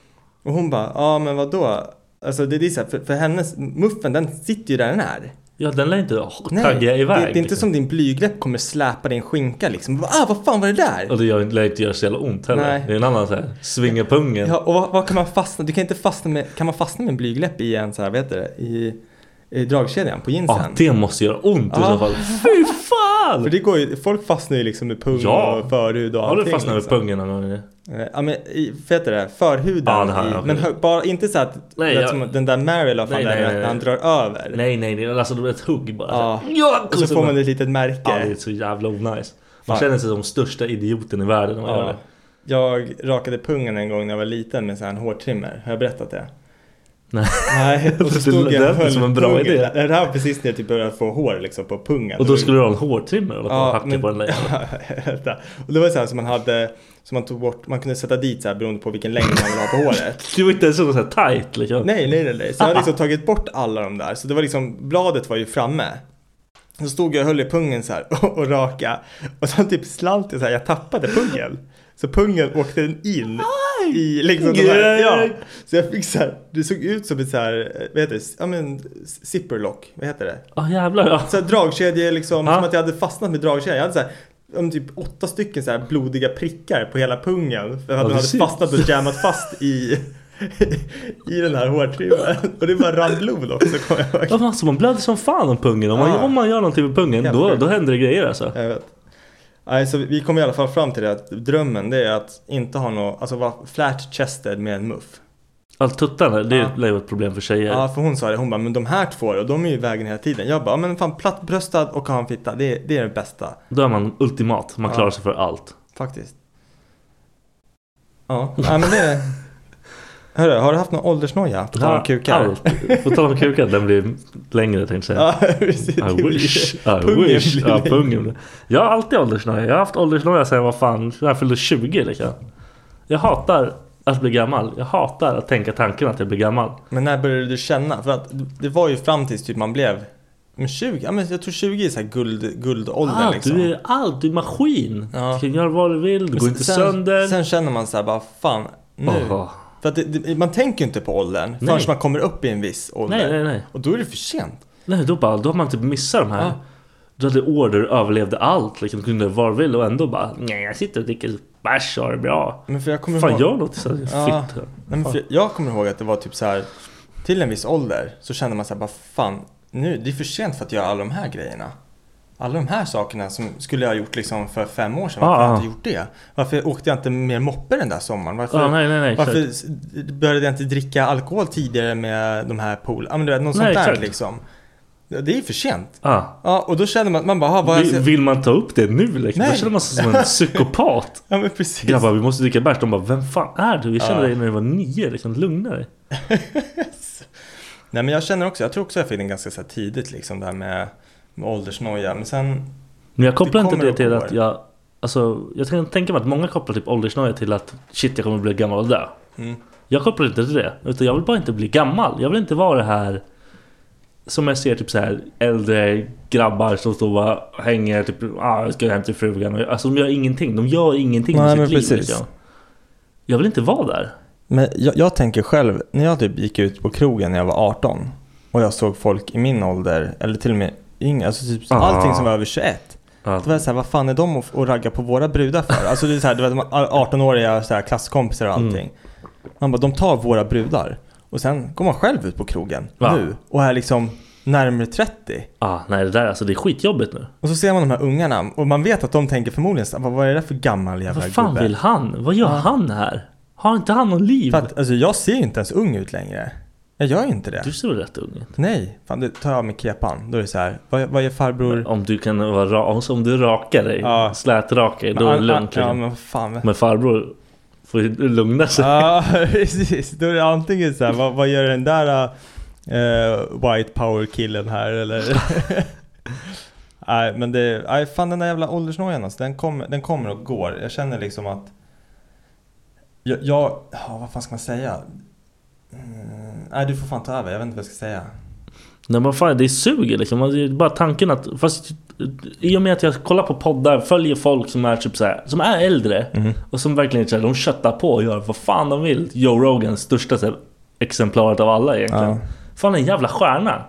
Speaker 6: Och hon bara ja men vadå? Alltså det, det är så här, för, för hennes muffen den sitter ju där den är
Speaker 5: Ja den lär inte oh,
Speaker 6: Nej,
Speaker 5: tagga
Speaker 6: det, det
Speaker 5: iväg.
Speaker 6: är inte
Speaker 5: liksom.
Speaker 6: som din blygdläpp kommer släpa din skinka liksom Ah vad fan var det där?
Speaker 5: Och det gör, lär inte göra så jävla ont heller.
Speaker 6: Nej.
Speaker 5: Det är en annan så här, svinga pungen.
Speaker 6: Ja, och vad, vad kan man fastna? Du kan inte fastna med, kan man fastna med en blygläpp i en så här, vad heter det, i, i dragkedjan på
Speaker 5: Ja,
Speaker 6: jeansen?
Speaker 5: det måste göra ont i
Speaker 6: Ja.
Speaker 5: så fall. Fy fan!
Speaker 6: För det går ju, folk fastnar ju liksom med pung
Speaker 5: Ja.
Speaker 6: och förhud och
Speaker 5: har
Speaker 6: allting.
Speaker 5: du fastnat med
Speaker 6: liksom.
Speaker 5: pungen någon gång?
Speaker 6: Eh, Ja men, i, vad heter det, förhuden.
Speaker 5: Ja, det har jag
Speaker 6: i,
Speaker 5: också.
Speaker 6: men hö, bara, inte så att,
Speaker 5: Nej,
Speaker 6: vet,
Speaker 5: jag-
Speaker 6: som den där Mary la fan
Speaker 5: Nej, nej,
Speaker 6: där,
Speaker 5: nej,
Speaker 6: att han
Speaker 5: nej.
Speaker 6: drar över.
Speaker 5: Nej nej, nej. Alltså det blir ett hugg bara.
Speaker 6: Ja.
Speaker 5: här. Ja,
Speaker 6: Och så får man ett litet märke.
Speaker 5: Ja, det är så jävla onajs. Man
Speaker 6: Fan.
Speaker 5: känner sig som största idioten i världen när man gör
Speaker 6: Ja.
Speaker 5: det.
Speaker 6: Jag rakade pungen en gång när jag var liten med så här en hårtrimmer. Har jag berättat det?
Speaker 5: Nej.
Speaker 6: Nej, och så
Speaker 5: Det
Speaker 6: stod jag
Speaker 5: lät
Speaker 6: och höll
Speaker 5: som en bra
Speaker 6: pungen.
Speaker 5: idé.
Speaker 6: Det här var precis när jag typ började få hår liksom på pungen.
Speaker 5: Och då skulle du ha en hårtrimmer och
Speaker 6: Ja,
Speaker 5: hacka
Speaker 6: men-
Speaker 5: på den där.
Speaker 6: Vänta. och det var så här som man hade, som man tog bort, man kunde sätta dit så här beroende på vilken längd man ville ha på håret.
Speaker 5: Du var inte ens så här tight liksom.
Speaker 6: Nej, nej, nej, nej. Så jag hade liksom tagit bort alla de där. Så det var liksom, bladet var ju framme. Så stod jag och höll i pungen så här och, och raka. Och så typ slant jag så här, jag tappade pungen. Så pungen åkte in i liksom de här, ja. Så jag fick så här, det såg ut som ett så här, eh, vad heter det, ja men zipperlock, vad heter det?
Speaker 5: Ja jävlar ja.
Speaker 6: Så här dragkedje liksom,
Speaker 5: Ja.
Speaker 6: som att jag hade fastnat med dragkedja. Jag hade så här, om typ åtta stycken så här blodiga prickar på hela pungen. För att den hade
Speaker 5: precis.
Speaker 6: fastnat och jammat fast i, i den här hårtrimmen. Och det bara rann blod också kommer jag ihåg.
Speaker 5: Ja, men alltså, man blöder som fan om pungen. Om man,
Speaker 6: Ja.
Speaker 5: om man gör någonting med pungen
Speaker 6: Helt
Speaker 5: då,
Speaker 6: sjukt.
Speaker 5: då händer det grejer alltså.
Speaker 6: Jag vet. Nej, så vi kom i alla fall fram till det att drömmen det är att inte ha något, alltså vara flat chested med en muff.
Speaker 5: Allt tuttarna, det
Speaker 6: Ja.
Speaker 5: är ju ett problem för tjejer.
Speaker 6: Ja, för hon sa det, hon bara, men de här två då, de är ju i vägen hela tiden. Jag bara, men fan plattbröstad och ha en fitta, det, är- det är det bästa.
Speaker 5: Då är man ultimat. Man
Speaker 6: Ja.
Speaker 5: klarar sig för allt.
Speaker 6: Faktiskt. Ja, ja men det... Hörru, har du haft någon åldersnoja? På tal om
Speaker 5: Ja,
Speaker 6: kukar?
Speaker 5: Allt. På tal om kukar, den blir längre tänkte jag säga.
Speaker 6: Ja, precis. Det
Speaker 5: I
Speaker 6: blir-
Speaker 5: wish, I
Speaker 6: pungen
Speaker 5: wish.
Speaker 6: blir
Speaker 5: Ja,
Speaker 6: längre.
Speaker 5: pungen. blir- Jag har alltid åldersnoja. Jag har haft åldersnoja sedan jag var fan, sedan jag fyllde 20 liksom. Jag hatar att bli gammal. Jag hatar att tänka tanken att jag blir gammal.
Speaker 6: Men när började du känna? För att det var ju fram tills typ man blev... Men 20? Ja, men jag tror 20 är så här guld, guldåldern
Speaker 5: Ah,
Speaker 6: liksom.
Speaker 5: Du är allt, du är maskin.
Speaker 6: Ja.
Speaker 5: Du kan göra vad du vill, du går inte
Speaker 6: sen,
Speaker 5: sönder.
Speaker 6: Sen känner man så här bara, fan nu.
Speaker 5: Åh.
Speaker 6: För att det, det, man tänker ju inte på åldern förrän
Speaker 5: Nej.
Speaker 6: man kommer upp i en viss ålder.
Speaker 5: Nej, nej, nej.
Speaker 6: Och då är det för sent.
Speaker 5: Nej, då, bara, då har man typ missat de här.
Speaker 6: Ja.
Speaker 5: Du hade år där du överlevde allt, liksom, kunde göra vad du ville och ändå bara Nej, jag sitter och dricker bärs och har det bra.
Speaker 6: Men för jag kommer
Speaker 5: Fan,
Speaker 6: ihåg...
Speaker 5: gör något istället.
Speaker 6: Ja.
Speaker 5: Fitt.
Speaker 6: Nej, men för jag kommer ihåg att det var typ så här till en viss ålder så kände man så här, bara fan, nu, det är för sent för att göra alla de här grejerna. Alla de här sakerna som skulle jag ha gjort liksom för fem år sedan, varför
Speaker 5: Ah,
Speaker 6: har jag
Speaker 5: ah.
Speaker 6: inte gjort det? Varför åkte jag inte mer moppe den där sommaren? Varför,
Speaker 5: Ja, Ah, nej, nej, nej, exakt.
Speaker 6: varför s- började jag inte dricka alkohol tidigare med de här pool... Ja men du vet, något sånt
Speaker 5: Nej,
Speaker 6: där
Speaker 5: exakt.
Speaker 6: liksom. Ja, Det är för sent.
Speaker 5: Ah.
Speaker 6: Ja, och då känner man, man bara, "Ah, vad har jag
Speaker 5: Vill,
Speaker 6: sett?"
Speaker 5: vill man ta upp det nu liksom? Då
Speaker 6: Nej.
Speaker 5: känner man sig som en psykopat.
Speaker 6: Ja men precis.
Speaker 5: Grabbar, vi måste dricka bärs. De bara, vem fan är du? Jag kände
Speaker 6: Ja.
Speaker 5: dig när du var nio. Liksom, lugna dig.
Speaker 6: Nej men jag känner också, jag tror också jag fick den ganska så här tidigt liksom det här med, med åldersnoja. Men sen,
Speaker 5: Men jag kopplar
Speaker 6: Det
Speaker 5: inte
Speaker 6: kommer
Speaker 5: det till
Speaker 6: och går.
Speaker 5: att jag... Alltså, jag kan tänka mig att många kopplar typ åldersnoja till att shit, jag kommer bli gammal där.
Speaker 6: Mm.
Speaker 5: Jag kopplar inte till det. Utan jag vill bara inte bli gammal. Jag vill inte vara det här som jag ser typ så här äldre grabbar som står och bara hänger typ ah, jag ska hem till frugan. Och- Alltså de gör ingenting. De gör ingenting
Speaker 6: Nej,
Speaker 5: med
Speaker 6: men
Speaker 5: sitt liv.
Speaker 6: precis.
Speaker 5: Liksom. Jag vill inte vara där.
Speaker 6: Men jag, jag tänker själv, när jag typ gick ut på krogen när jag var 18 och jag såg folk i min ålder, eller till och med yngre, alltså typ så-
Speaker 5: Ah.
Speaker 6: allting som var över 21.
Speaker 5: Ja.
Speaker 6: Då var jag såhär, vad fan är de och, och ragga på våra brudar för? Alltså det är såhär, du vet de här 18-åriga så här, klasskompisar
Speaker 5: Mm.
Speaker 6: och allting. Man bara, de tar våra brudar. Och sen går man själv ut på krogen,
Speaker 5: Va?
Speaker 6: nu, och är liksom närmare 30.
Speaker 5: Ah, nej det där alltså, det är skitjobbigt nu.
Speaker 6: Och så ser man de här ungarna och man vet att de tänker förmodligen så här, vad vad är det där för gammal jävla
Speaker 5: Vad fan
Speaker 6: gubbe?
Speaker 5: vill han? Vad gör han här? Har inte han någon liv?
Speaker 6: För att, alltså jag ser ju inte ens ung ut längre. Jag gör ju inte det.
Speaker 5: Du ser väl rätt ung ut?
Speaker 6: Nej, fan det tar jag av mig kepan. Då är det så här, vad, vad gör farbror?
Speaker 5: Om du kan vara ra- om du rakar dig,
Speaker 6: Ja.
Speaker 5: slätrakar dig, då är det lugnt.
Speaker 6: Ja,
Speaker 5: liksom.
Speaker 6: men fan.
Speaker 5: Men farbror får ju lugna sig.
Speaker 6: Ja, precis. Då är det antingen så här, vad, vad gör den där eh, white power killen här eller? Nej, men det, nej fan den där jävla åldersnojan alltså, den, kommer- den kommer och går. Jag känner liksom att, jag, jag ja, vad fan ska man säga? Mm, nej, du får fan ta över, jag vet inte vad jag ska säga.
Speaker 5: Nej men fan det suger liksom. Man- det är Bara tanken att... Fast i och med att jag kollar på poddar, följer folk som är typ så här, som är äldre
Speaker 6: Mm.
Speaker 5: och som verkligen så här, de köttar på och gör vad fan de vill. Joe Rogans största så här, exemplaret av alla egentligen.
Speaker 6: Ja.
Speaker 5: Fan en jävla stjärna.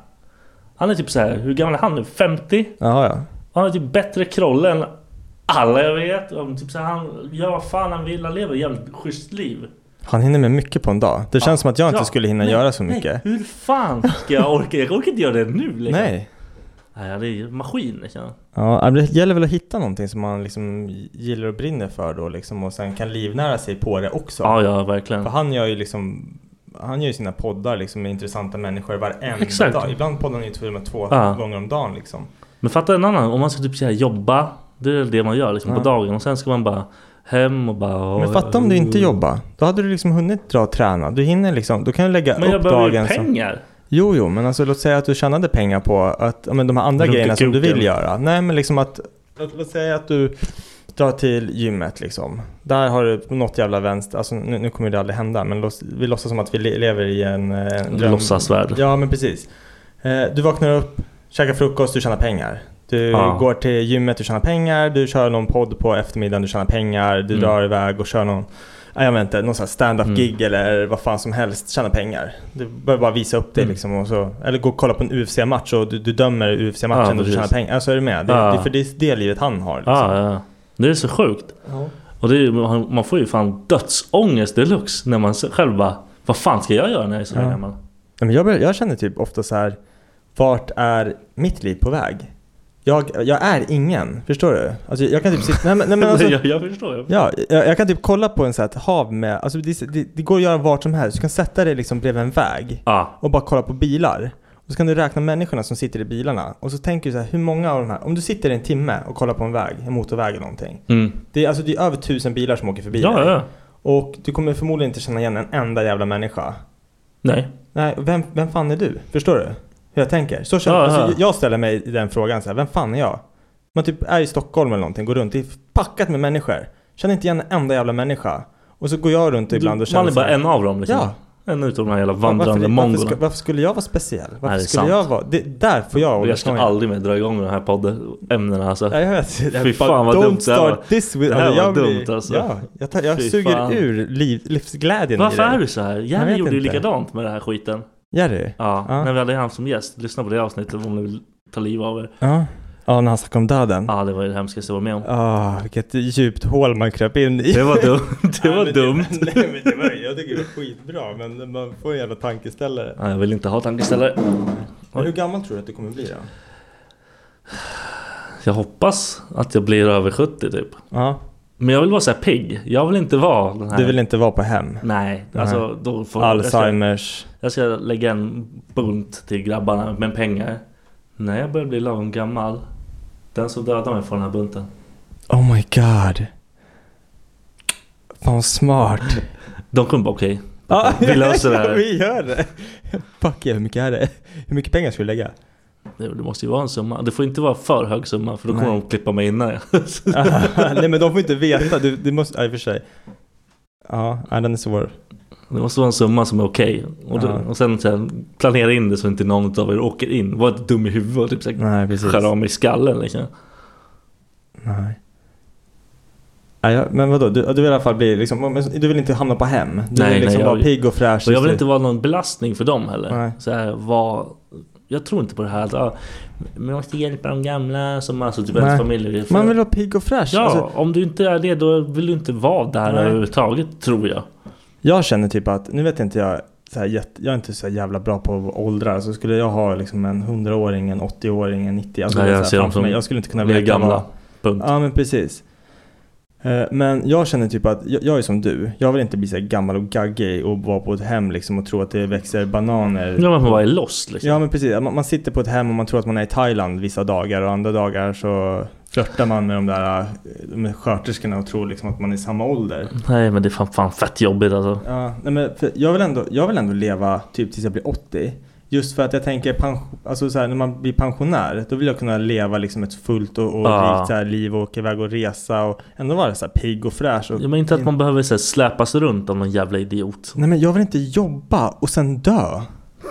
Speaker 5: Han är typ så här, hur gammal är han nu? 50?
Speaker 6: Jaha ja.
Speaker 5: Han har typ bättre kroll än alla jag vet. Om typ så här, han gör vad fan han vill. Han lever ett jävligt schysst liv.
Speaker 6: Han hinner med mycket på en dag. Det känns som att jag inte
Speaker 5: Ja,
Speaker 6: skulle hinna
Speaker 5: nej,
Speaker 6: göra så
Speaker 5: nej,
Speaker 6: mycket.
Speaker 5: Hur fan ska jag orka? Jag orkar inte göra det nu liksom.
Speaker 6: Nej.
Speaker 5: Nej, det är ju en maskin liksom.
Speaker 6: Ja, men det gäller väl att hitta någonting som man liksom gillar och brinner för då liksom och sen kan livnära sig på det också.
Speaker 5: Ja, ja, verkligen.
Speaker 6: För han gör ju liksom han gör ju sina poddar liksom med intressanta människor varenda
Speaker 5: Exakt.
Speaker 6: dag. Ibland poddar han ju till och med två
Speaker 5: Ja.
Speaker 6: gånger om dagen liksom.
Speaker 5: Men fatta en annan, om man ska typ så här jobba. Det är det man gör liksom på dagen och sen ska man bara hem och bara...
Speaker 6: Men fatta om du inte jobbar. Då hade du liksom hunnit dra och träna. Du hinner liksom, då kan du lägga
Speaker 5: Men jag
Speaker 6: upp
Speaker 5: behöver
Speaker 6: dagen
Speaker 5: ju
Speaker 6: som...
Speaker 5: pengar.
Speaker 6: Jo, jo, men alltså låt säga att du tjänade pengar på att, ja, men de här andra
Speaker 5: Runka
Speaker 6: grejerna som du
Speaker 5: kuken.
Speaker 6: vill göra. Nej, men liksom att, låt, låt säga att du drar till gymmet liksom. Där har du på något jävla vänster, alltså nu, nu kommer det aldrig hända, men låt, vi låtsas som att vi le- lever i en, eh, en dröm.
Speaker 5: Låtsasvärld.
Speaker 6: Ja, men precis. Eh, du vaknar upp, käkar frukost, du tjänar pengar. Du
Speaker 5: Ja.
Speaker 6: går till gymmet, du tjänar pengar. Du kör någon podd på eftermiddagen, du tjänar pengar.
Speaker 5: Mm.
Speaker 6: Du drar iväg och kör någon, nej, jag vet inte, någon sån här stand-up gig eller vad fan som helst, tjänar pengar. Du behöver bara visa upp det
Speaker 5: Mm.
Speaker 6: liksom. Och så, eller gå och kolla på en UFC-match och du, du dömer UFC-matchen
Speaker 5: Ja,
Speaker 6: och du
Speaker 5: precis.
Speaker 6: tjänar pengar. Alltså är du med? Det,
Speaker 5: Ja.
Speaker 6: det är för det, är det livet han har. Liksom.
Speaker 5: Ja, ja. Det är så sjukt. Och det är, ju- man- man får ju fan dödsångest deluxe när man själv bara... Vad fan ska jag göra när jag är så här gammal?
Speaker 6: Nej, men jag, börjar- jag känner typ ofta så här, vart är mitt liv på väg? Jag, jag är ingen, förstår du? Alltså, jag kan typ sitta... Nej, men, nej, men alltså,
Speaker 5: jag, jag förstår. Jag
Speaker 6: Ja, jag, jag kan typ kolla på en sån här ett hav med, alltså det, det, det går att göra vart som helst. Du kan sätta dig liksom bredvid en väg
Speaker 5: Ja.
Speaker 6: och bara kolla på bilar. Och så kan du räkna människorna som sitter i bilarna. Och så tänker du så här, hur många av de här, om du sitter i en timme och kollar på en väg, en motorväg eller någonting. Det, är, alltså, det är över tusen bilar som åker förbi
Speaker 5: Mm. Ja,
Speaker 6: dig.
Speaker 5: ja, ja.
Speaker 6: Och du kommer förmodligen inte känna igen en enda jävla människa.
Speaker 5: Nej.
Speaker 6: Nej, vem, vem fan är du? Förstår du? Hur jag tänker? Så känner,
Speaker 5: Ja, ja.
Speaker 6: alltså, jag ställer mig den frågan så här, vem fan är jag? Man typ är i Stockholm eller någonting, går runt, det är packat med människor. Känner inte igen en enda jävla människa. Och så går jag runt ibland och
Speaker 5: man
Speaker 6: känner
Speaker 5: är
Speaker 6: så
Speaker 5: bara
Speaker 6: här,
Speaker 5: en av dem liksom. En utav de här jävla vandrande
Speaker 6: varför, varför,
Speaker 5: mongorna.
Speaker 6: ska, varför skulle jag vara speciell? Varför
Speaker 5: Nej, det är
Speaker 6: skulle jag vara... Det, där får jag
Speaker 5: Och jag ska
Speaker 6: åldersnoja.
Speaker 5: aldrig mer dra igång de här podden-ämnena alltså.
Speaker 6: Ja, Jag vet, jag
Speaker 5: Fy
Speaker 6: bara,
Speaker 5: fan, vad
Speaker 6: Don't
Speaker 5: dumt det här
Speaker 6: start
Speaker 5: var.
Speaker 6: this with...
Speaker 5: Det här
Speaker 6: jag
Speaker 5: var
Speaker 6: blir-
Speaker 5: dumt, alltså.
Speaker 6: Ja, jag, tar, jag
Speaker 5: Fy
Speaker 6: suger
Speaker 5: fan.
Speaker 6: ur liv, livsglädjen
Speaker 5: Varför
Speaker 6: i det.
Speaker 5: är du så här? Jerry
Speaker 6: vet
Speaker 5: gjorde ju
Speaker 6: inte.
Speaker 5: likadant med den här skiten.
Speaker 6: Jerry?
Speaker 5: Ja,
Speaker 6: Ja.
Speaker 5: när vi hade han som gäst. Lyssna på det avsnittet om ni vill ta liv av er.
Speaker 6: Ja. Ja, när han snackade om döden.
Speaker 5: Ja, det var ju det hemskaste jag var med om.
Speaker 6: Ah, vilket djupt hål man kröp in i.
Speaker 5: Det var dumt. Det var dumt.
Speaker 6: Nej men det var, jag tycker det var skitbra men man får en jävla tankeställare.
Speaker 5: Ja, jag vill inte ha tankeställare.
Speaker 6: Men hur gammal tror du att du kommer bli då?
Speaker 5: Jag hoppas att jag blir över 70 typ.
Speaker 6: Ja.
Speaker 5: Men jag vill vara så här pigg. Jag vill inte vara den här...
Speaker 6: Du vill inte vara på hem?
Speaker 5: Nej, alltså då får jag,
Speaker 6: Alzheimers?
Speaker 5: ska, jag ska lägga en bunt till grabbarna med pengar. När jag börjar bli lagom gammal. Den som dödar mig får den här bunten.
Speaker 6: Oh my god. Fan vad smart.
Speaker 5: De kommer bara okej.
Speaker 6: Ja,
Speaker 5: Vi löser det här.
Speaker 6: Vi gör det. Fuck yeah, hur mycket är det? Hur mycket pengar ska vi lägga?
Speaker 5: Nej, Det måste ju vara en summa. Det får inte vara för hög summa för då kommer
Speaker 6: Nej.
Speaker 5: de klippa mig innan jag...
Speaker 6: Nej men de får inte veta. Du, du måste, ja, i och för sig. Ja, nej, den är svår.
Speaker 5: Det måste vara en summa som är okej. Och, då-
Speaker 6: Ja.
Speaker 5: och sen så här, planera in det så inte någon av er åker in. Var inte dum i huvudet och typ så här,
Speaker 6: Nej, precis.
Speaker 5: skära av mig skallen liksom.
Speaker 6: Nej. Nej, ja, men vadå, du, du vill i alla fall bli liksom, men du vill inte hamna på hem? Du
Speaker 5: Nej,
Speaker 6: vill liksom
Speaker 5: nej,
Speaker 6: vara
Speaker 5: jag-
Speaker 6: pigg och fräsch?
Speaker 5: Och jag vill inte vara någon belastning för dem heller.
Speaker 6: Nej.
Speaker 5: Så här, var, jag tror inte på det här att ah, man måste hjälpa de gamla som alltså typ ens
Speaker 6: Nej.
Speaker 5: familj.
Speaker 6: Man vill vara pigg och fräsch.
Speaker 5: Ja,
Speaker 6: Alltså,
Speaker 5: om du inte är det då vill du inte vara där
Speaker 6: Nej.
Speaker 5: överhuvudtaget tror jag.
Speaker 6: jag känner typ att, nu vet inte jag, så här, jätte- jag är inte så här jävla bra på åldrar. Så skulle jag ha liksom en 100-åring, en 80-åring, en 90 alltså,
Speaker 5: Nej,
Speaker 6: det är
Speaker 5: jag
Speaker 6: så här
Speaker 5: ser dem
Speaker 6: framför
Speaker 5: som-
Speaker 6: mig. Jag skulle inte kunna
Speaker 5: Vi är
Speaker 6: leka
Speaker 5: gamla.
Speaker 6: vara-
Speaker 5: Punkt.
Speaker 6: Ja men precis. Eh, Men jag känner typ att, jag jag är som du. Jag vill inte bli så här gammal och gaggig och vara på ett hem liksom och tro att det växer bananer.
Speaker 5: Ja, man bara är lost liksom.
Speaker 6: Ja men precis, man, man sitter på ett hem och man tror att man är i Thailand vissa dagar och andra dagar så flörtar man med de där eh, med sköterskorna och tror liksom att man är i samma ålder.
Speaker 5: Nej men det är fan, fan fett jobbigt alltså.
Speaker 6: Ja, nej men för jag, vill ändå, jag vill ändå leva typ tills jag blir 80. Just för att jag tänker, pens- alltså så här, när man blir pensionär, då vill jag kunna leva liksom ett fullt och, och
Speaker 5: Ja.
Speaker 6: rikt så här, liv och åka iväg och resa och ändå vara så här pigg och fräsch. Och,
Speaker 5: Ja, men inte att man behöver så här, släpas runt av någon jävla idiot.
Speaker 6: Nej men jag vill inte jobba och sen dö.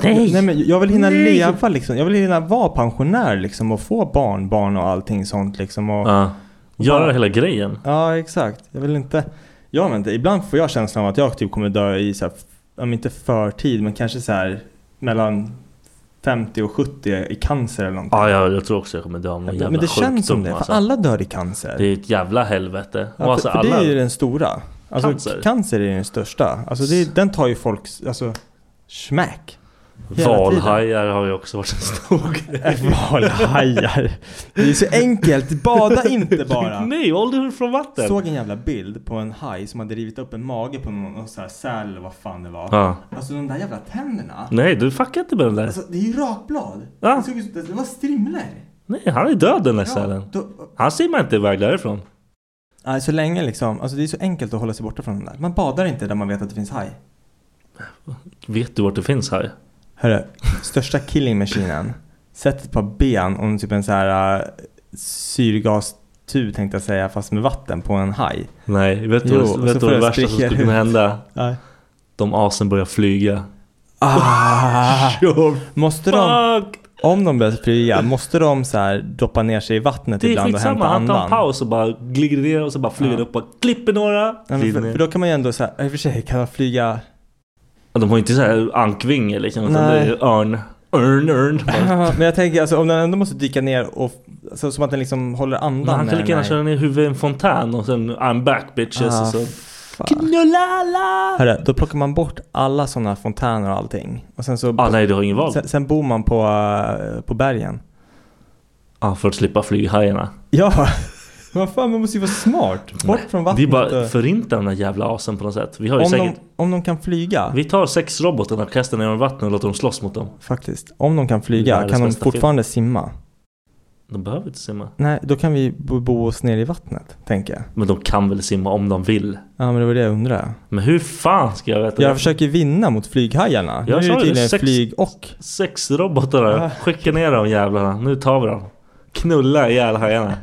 Speaker 5: Nej!
Speaker 6: Nej men jag vill hinna
Speaker 5: Nej.
Speaker 6: leva liksom. Jag vill hinna vara pensionär liksom och få barnbarn och allting sånt liksom. Och, ja.
Speaker 5: Ja. Göra hela grejen.
Speaker 6: exakt. Jag vill inte. Jag vet inte. Ibland får jag känslan av att jag typ kommer dö i så här, om inte förtid men kanske så här mellan 50 och 70 i cancer eller någonting.
Speaker 5: Ja, ja, jag tror också jag kommer dö av någon jävla
Speaker 6: men det känns som
Speaker 5: sjukdom,
Speaker 6: det. För
Speaker 5: alltså.
Speaker 6: alla dör i cancer.
Speaker 5: Det är ett jävla helvete. och
Speaker 6: Ja, för,
Speaker 5: alltså,
Speaker 6: för
Speaker 5: alla...
Speaker 6: det är ju den stora. Alltså,
Speaker 5: Cancer?
Speaker 6: cancer. cancer är ju den största. Alltså det är, den tar ju folks, alltså, smack. hela tiden.
Speaker 5: Valhajar har ju också varit en stor grej.
Speaker 6: Valhajar. Det är så enkelt, bada inte bara.
Speaker 5: Nej, håll dig från vatten!
Speaker 6: Såg en jävla bild på en haj som hade rivit upp en mage på någon och så här säl eller vad fan det var.
Speaker 5: Ja.
Speaker 6: Alltså de där jävla tänderna.
Speaker 5: Nej, du fuckar inte med den där.
Speaker 6: Alltså det är ju rakblad.
Speaker 5: Ja.
Speaker 6: Det, såg ut, det var strimlor.
Speaker 5: Nej, han är död den där sälen.
Speaker 6: då,
Speaker 5: Han simmar inte iväg därifrån.
Speaker 6: nej, så länge liksom. Alltså det är så enkelt att hålla sig borta från den där. Man badar inte där man vet att det finns haj.
Speaker 5: Vet du vart det finns haj?
Speaker 6: Hörru, största killing machinen. Sätt ett par ben och en typ en så här uh, syrgastur tänkte jag säga fast med vatten på en haj.
Speaker 5: Nej, vet du
Speaker 6: Jo,
Speaker 5: vad,
Speaker 6: så
Speaker 5: vet du
Speaker 6: får
Speaker 5: vad det
Speaker 6: jag
Speaker 5: värsta som
Speaker 6: sticka
Speaker 5: skulle
Speaker 6: ut.
Speaker 5: kunna hända?
Speaker 6: Nej.
Speaker 5: De asen börjar flyga.
Speaker 6: Ah, måste de,
Speaker 5: Fuck!
Speaker 6: om de börjar flyga, måste de så här doppa ner sig i vattnet
Speaker 5: Det är
Speaker 6: ibland och hämta
Speaker 5: skitsamma, han tar en
Speaker 6: andan?
Speaker 5: paus och bara glider ner och så bara flyger
Speaker 6: Ja.
Speaker 5: upp och klipper några.
Speaker 6: Nej, men
Speaker 5: glider
Speaker 6: för,
Speaker 5: ner.
Speaker 6: för då kan man ju ändå säga, i och för sig kan man flyga...
Speaker 5: Ja, De har ju inte så här ankvingar liksom, utan det
Speaker 6: Nej.
Speaker 5: är örn. Örn, örn.
Speaker 6: Men jag tänker alltså om den ändå måste dyka ner och, så, som att den liksom håller andan
Speaker 5: Men han kan
Speaker 6: när
Speaker 5: lika gärna
Speaker 6: den
Speaker 5: köra ner huvudet i en fontän och sen I'm back bitches
Speaker 6: Ah,
Speaker 5: och så Knullala!
Speaker 6: är- Hörru, då plockar man bort alla sådana fontäner och allting. Och sen så...
Speaker 5: Ah nej du har ingen val.
Speaker 6: sen, sen bor man på, eh, på bergen.
Speaker 5: Ah, för att slippa flyghajarna.
Speaker 6: Ja! Vad fan, man måste ju vara smart. Bort från
Speaker 5: Det är
Speaker 6: vattnet.
Speaker 5: bara
Speaker 6: och-
Speaker 5: förinta den där jävla asen på något sätt. Vi har ju
Speaker 6: om, de,
Speaker 5: säkert...
Speaker 6: om de kan flyga.
Speaker 5: Vi tar sex robotar och kastar ner dem i vattnet och låter dem slåss mot dem.
Speaker 6: Faktiskt. Om de kan
Speaker 5: Det är
Speaker 6: flyga,
Speaker 5: världens
Speaker 6: kan de
Speaker 5: bästa film.
Speaker 6: fortfarande simma?
Speaker 5: De behöver inte simma.
Speaker 6: Nej, då kan vi bo bo oss ner i vattnet, tänker jag.
Speaker 5: Men de kan väl simma om de vill.
Speaker 6: Ja, men det var det jag undrade.
Speaker 5: Men hur fan ska jag veta
Speaker 6: Jag
Speaker 5: det?
Speaker 6: försöker vinna mot flyghajarna.
Speaker 5: Jag
Speaker 6: nu
Speaker 5: sa
Speaker 6: är
Speaker 5: ju
Speaker 6: det tydligen
Speaker 5: sex-
Speaker 6: flyg och...
Speaker 5: Sex robotar där.
Speaker 6: Ah.
Speaker 5: Skicka ner dem jävlarna. Nu tar vi dem. Knulla ihjäl hajarna.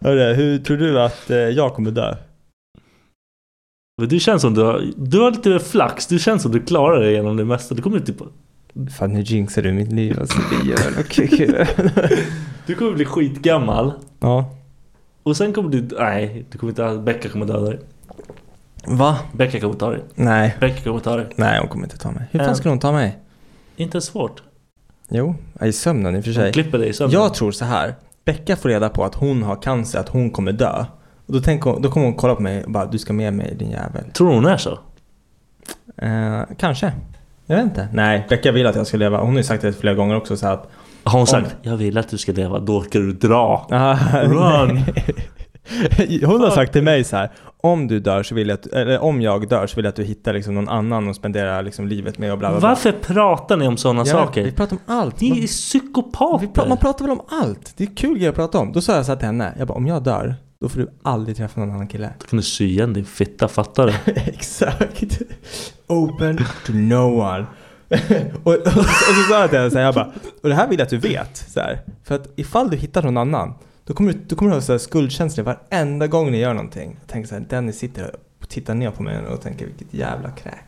Speaker 6: Hörru, hur tror du att eh, jag kommer dö?
Speaker 5: Men Du känns som du har... Du har lite flax. Du känns som du klarar dig genom det mesta. Du kommer typ...
Speaker 6: Fan, nu jinxar du mitt liv alltså. Det gör okej, okej.
Speaker 5: Du kommer bli skitgammal.
Speaker 6: Ja.
Speaker 5: Och sen kommer du... Nej, du kommer inte... Becka kommer döda dig.
Speaker 6: Va?
Speaker 5: Becka kommer ta dig.
Speaker 6: Nej.
Speaker 5: Becka kommer ta dig.
Speaker 6: Nej, hon kommer inte ta mig. Hur
Speaker 5: Eh.
Speaker 6: fan skulle hon ta mig?
Speaker 5: Inte ens svårt.
Speaker 6: Jo, ja, i sömnen i och för
Speaker 5: De
Speaker 6: sig.
Speaker 5: klipper dig i sömnen.
Speaker 6: Jag tror så här. Becka får reda på att hon har cancer, att hon kommer dö. Och då, tänker hon, då kommer hon kolla på mig och bara du ska med mig din jävel.
Speaker 5: Tror hon är så?
Speaker 6: Eh, kanske. Jag vet inte. Nej, Becka vill att jag ska leva. Hon har ju sagt det flera gånger också så här att...
Speaker 5: Har hon sagt jag vill att du ska leva, då ska du dra.
Speaker 6: Ah,
Speaker 5: Run!
Speaker 6: Hon har sagt till mig så här. Om du dör så vill jag att, eller om jag dör så vill jag att du hittar liksom någon annan och spenderar liksom livet med och bla bla bla.
Speaker 5: Varför pratar ni om sådana
Speaker 6: Jag vet,
Speaker 5: saker?
Speaker 6: Vi pratar om allt. Man,
Speaker 5: Ni är
Speaker 6: vi
Speaker 5: psykopater!
Speaker 6: pra- man pratar väl om allt? Det är kul grejer att prata om. Då sa jag så här till henne. Jag bara, om jag dör, då får du aldrig träffa någon annan kille.
Speaker 5: Kan du sy igen din fitta, fattar du?
Speaker 6: Exakt. Open to no one. och, och, och så sa jag till henne så här, jag bara, och det här vill jag att du vet. Så här, för att ifall du hittar någon annan, då kommer du, då kommer du ha så här skuldkänslor varenda gång ni gör någonting. Jag tänker så här, Dennis sitter och tittar ner på mig och tänker vilket jävla kräk.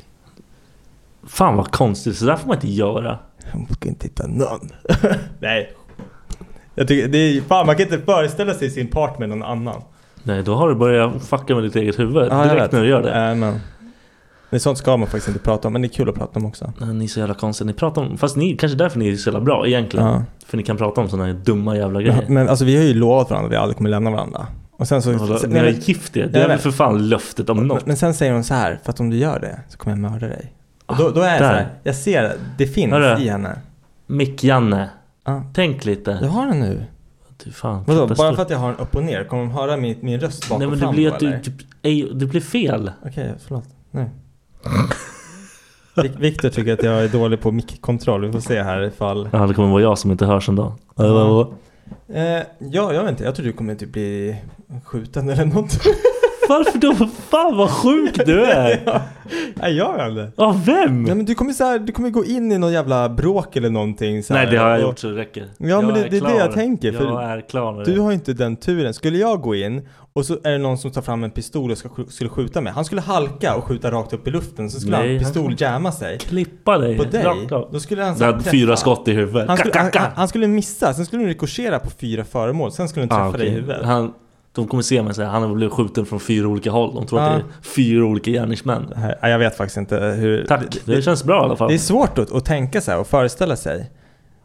Speaker 5: Fan vad konstigt, sådär får man inte göra.
Speaker 6: Hon ska inte hitta någon. Nej. Jag tycker, det är, fan man kan inte föreställa sig sin part med någon annan.
Speaker 5: Nej, då har du börjat fucka med ditt eget huvud
Speaker 6: Ja, jag vet.
Speaker 5: direkt när du gör det.
Speaker 6: Äh, men. Men sånt ska man faktiskt inte prata om, men det är kul att prata om också.
Speaker 5: Nej, Ni är så jävla konstiga, ni pratar om... Fast ni, kanske därför ni är så jävla bra egentligen.
Speaker 6: Ja.
Speaker 5: För ni kan prata om sådana här dumma jävla
Speaker 6: Ja,
Speaker 5: grejer.
Speaker 6: Men alltså vi har ju lovat varandra att vi aldrig kommer lämna varandra. Och sen så...
Speaker 5: Vadå,
Speaker 6: sen,
Speaker 5: Ni
Speaker 6: nej,
Speaker 5: har
Speaker 6: men,
Speaker 5: gift er,
Speaker 6: Jag
Speaker 5: det är väl
Speaker 6: vet.
Speaker 5: för fan löftet om något.
Speaker 6: men sen säger hon så här, för att om du gör det så kommer jag mörda dig. Och då, då är det så
Speaker 5: där.
Speaker 6: här, jag ser, det finns
Speaker 5: Hörru.
Speaker 6: i henne.
Speaker 5: Mick-Janne,
Speaker 6: Ja.
Speaker 5: tänk lite.
Speaker 6: Jag har den nu.
Speaker 5: Du fan,
Speaker 6: Vadå,
Speaker 5: katastrof.
Speaker 6: bara för att jag har den upp och ner, kommer de höra min, min röst bak
Speaker 5: Nej
Speaker 6: och
Speaker 5: men det
Speaker 6: fram
Speaker 5: blir
Speaker 6: då,
Speaker 5: att du
Speaker 6: eller?
Speaker 5: typ... ej, Det blir fel.
Speaker 6: Okej, förlåt. Nu. Vik- Viktor tycker att jag är dålig på mickkontroll, vi får se här ifall...
Speaker 5: Ja, det kommer vara jag som inte hörs en dag.
Speaker 6: Eh, ja, jag vet inte, jag tror du kommer typ bli skjuten eller något.
Speaker 5: Varför då? Fan vad sjuk du är!
Speaker 6: Nej, jag vet inte.
Speaker 5: Av vem?
Speaker 6: Nej men du kommer, så här, du kommer gå in i någon jävla bråk eller någonting så här,
Speaker 5: Nej det har jag
Speaker 6: och-
Speaker 5: gjort så det räcker.
Speaker 6: men det-
Speaker 5: är
Speaker 6: det är det
Speaker 5: klar.
Speaker 6: jag tänker, för
Speaker 5: jag är klar med
Speaker 6: Du
Speaker 5: det.
Speaker 6: har ju inte den turen. Skulle jag gå in och så är det någon som tar fram en pistol och ska, sk- skulle skjuta mig. Han skulle halka och skjuta rakt upp i luften. Så skulle
Speaker 5: Nej,
Speaker 6: han
Speaker 5: han
Speaker 6: pistol
Speaker 5: kommer-
Speaker 6: jamma sig.
Speaker 5: Klippa dig.
Speaker 6: På dig,
Speaker 5: rakt av.
Speaker 6: då skulle han
Speaker 5: Det
Speaker 6: så här
Speaker 5: hade
Speaker 6: träffa.
Speaker 5: fyra skott i huvudet.
Speaker 6: Han skulle,
Speaker 5: Ka,
Speaker 6: han,
Speaker 5: ka, ka.
Speaker 6: han skulle missa, sen skulle den rikoschera på fyra föremål. Sen skulle den träffa
Speaker 5: Ah,
Speaker 6: dig i
Speaker 5: okej.
Speaker 6: huvudet.
Speaker 5: han, de kommer se mig säga han har blivit skjuten från fyra olika håll. De tror
Speaker 6: Ja.
Speaker 5: att det är fyra olika gärningsmän.
Speaker 6: Här- ja, Jag vet faktiskt inte hur...
Speaker 5: Tack, det känns bra i alla fall.
Speaker 6: Det är svårt att, att tänka sig och föreställa sig.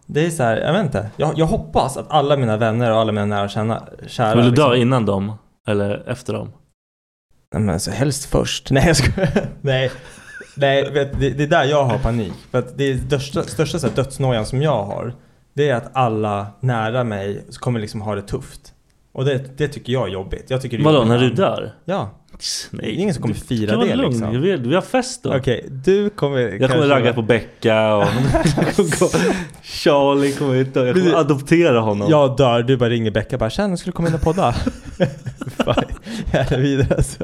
Speaker 6: Det är så här, jag vet inte. Jag, jag hoppas att alla mina vänner och alla mina nära och känna- kära...
Speaker 5: Vill du dö
Speaker 6: liksom-
Speaker 5: innan dem? Eller efter dem?
Speaker 6: Nej men alltså helst först. Nej jag skojar. Nej. Nej, vet, det, det är där jag har panik. För att det är största, största så här, dödsnojan som jag har. Det är att alla nära mig kommer liksom ha det tufft. Och det, det tycker jag är jobbigt. Jag tycker det är
Speaker 5: Vadå,
Speaker 6: jobbigt.
Speaker 5: när du dör?
Speaker 6: Ja.
Speaker 5: Nej.
Speaker 6: Det är ingen som kommer fira
Speaker 5: kan vara
Speaker 6: det
Speaker 5: lugn.
Speaker 6: liksom.
Speaker 5: Vi, vi har fest då.
Speaker 6: Okej, du kommer...
Speaker 5: Jag kommer ragga på Becka och Charlie kommer hit och jag
Speaker 6: Precis.
Speaker 5: kommer adoptera honom.
Speaker 6: Jag dör, du bara ringer Becka bara “Tjena, skulle du komma in och podda?” Fan, Jävla vidare alltså.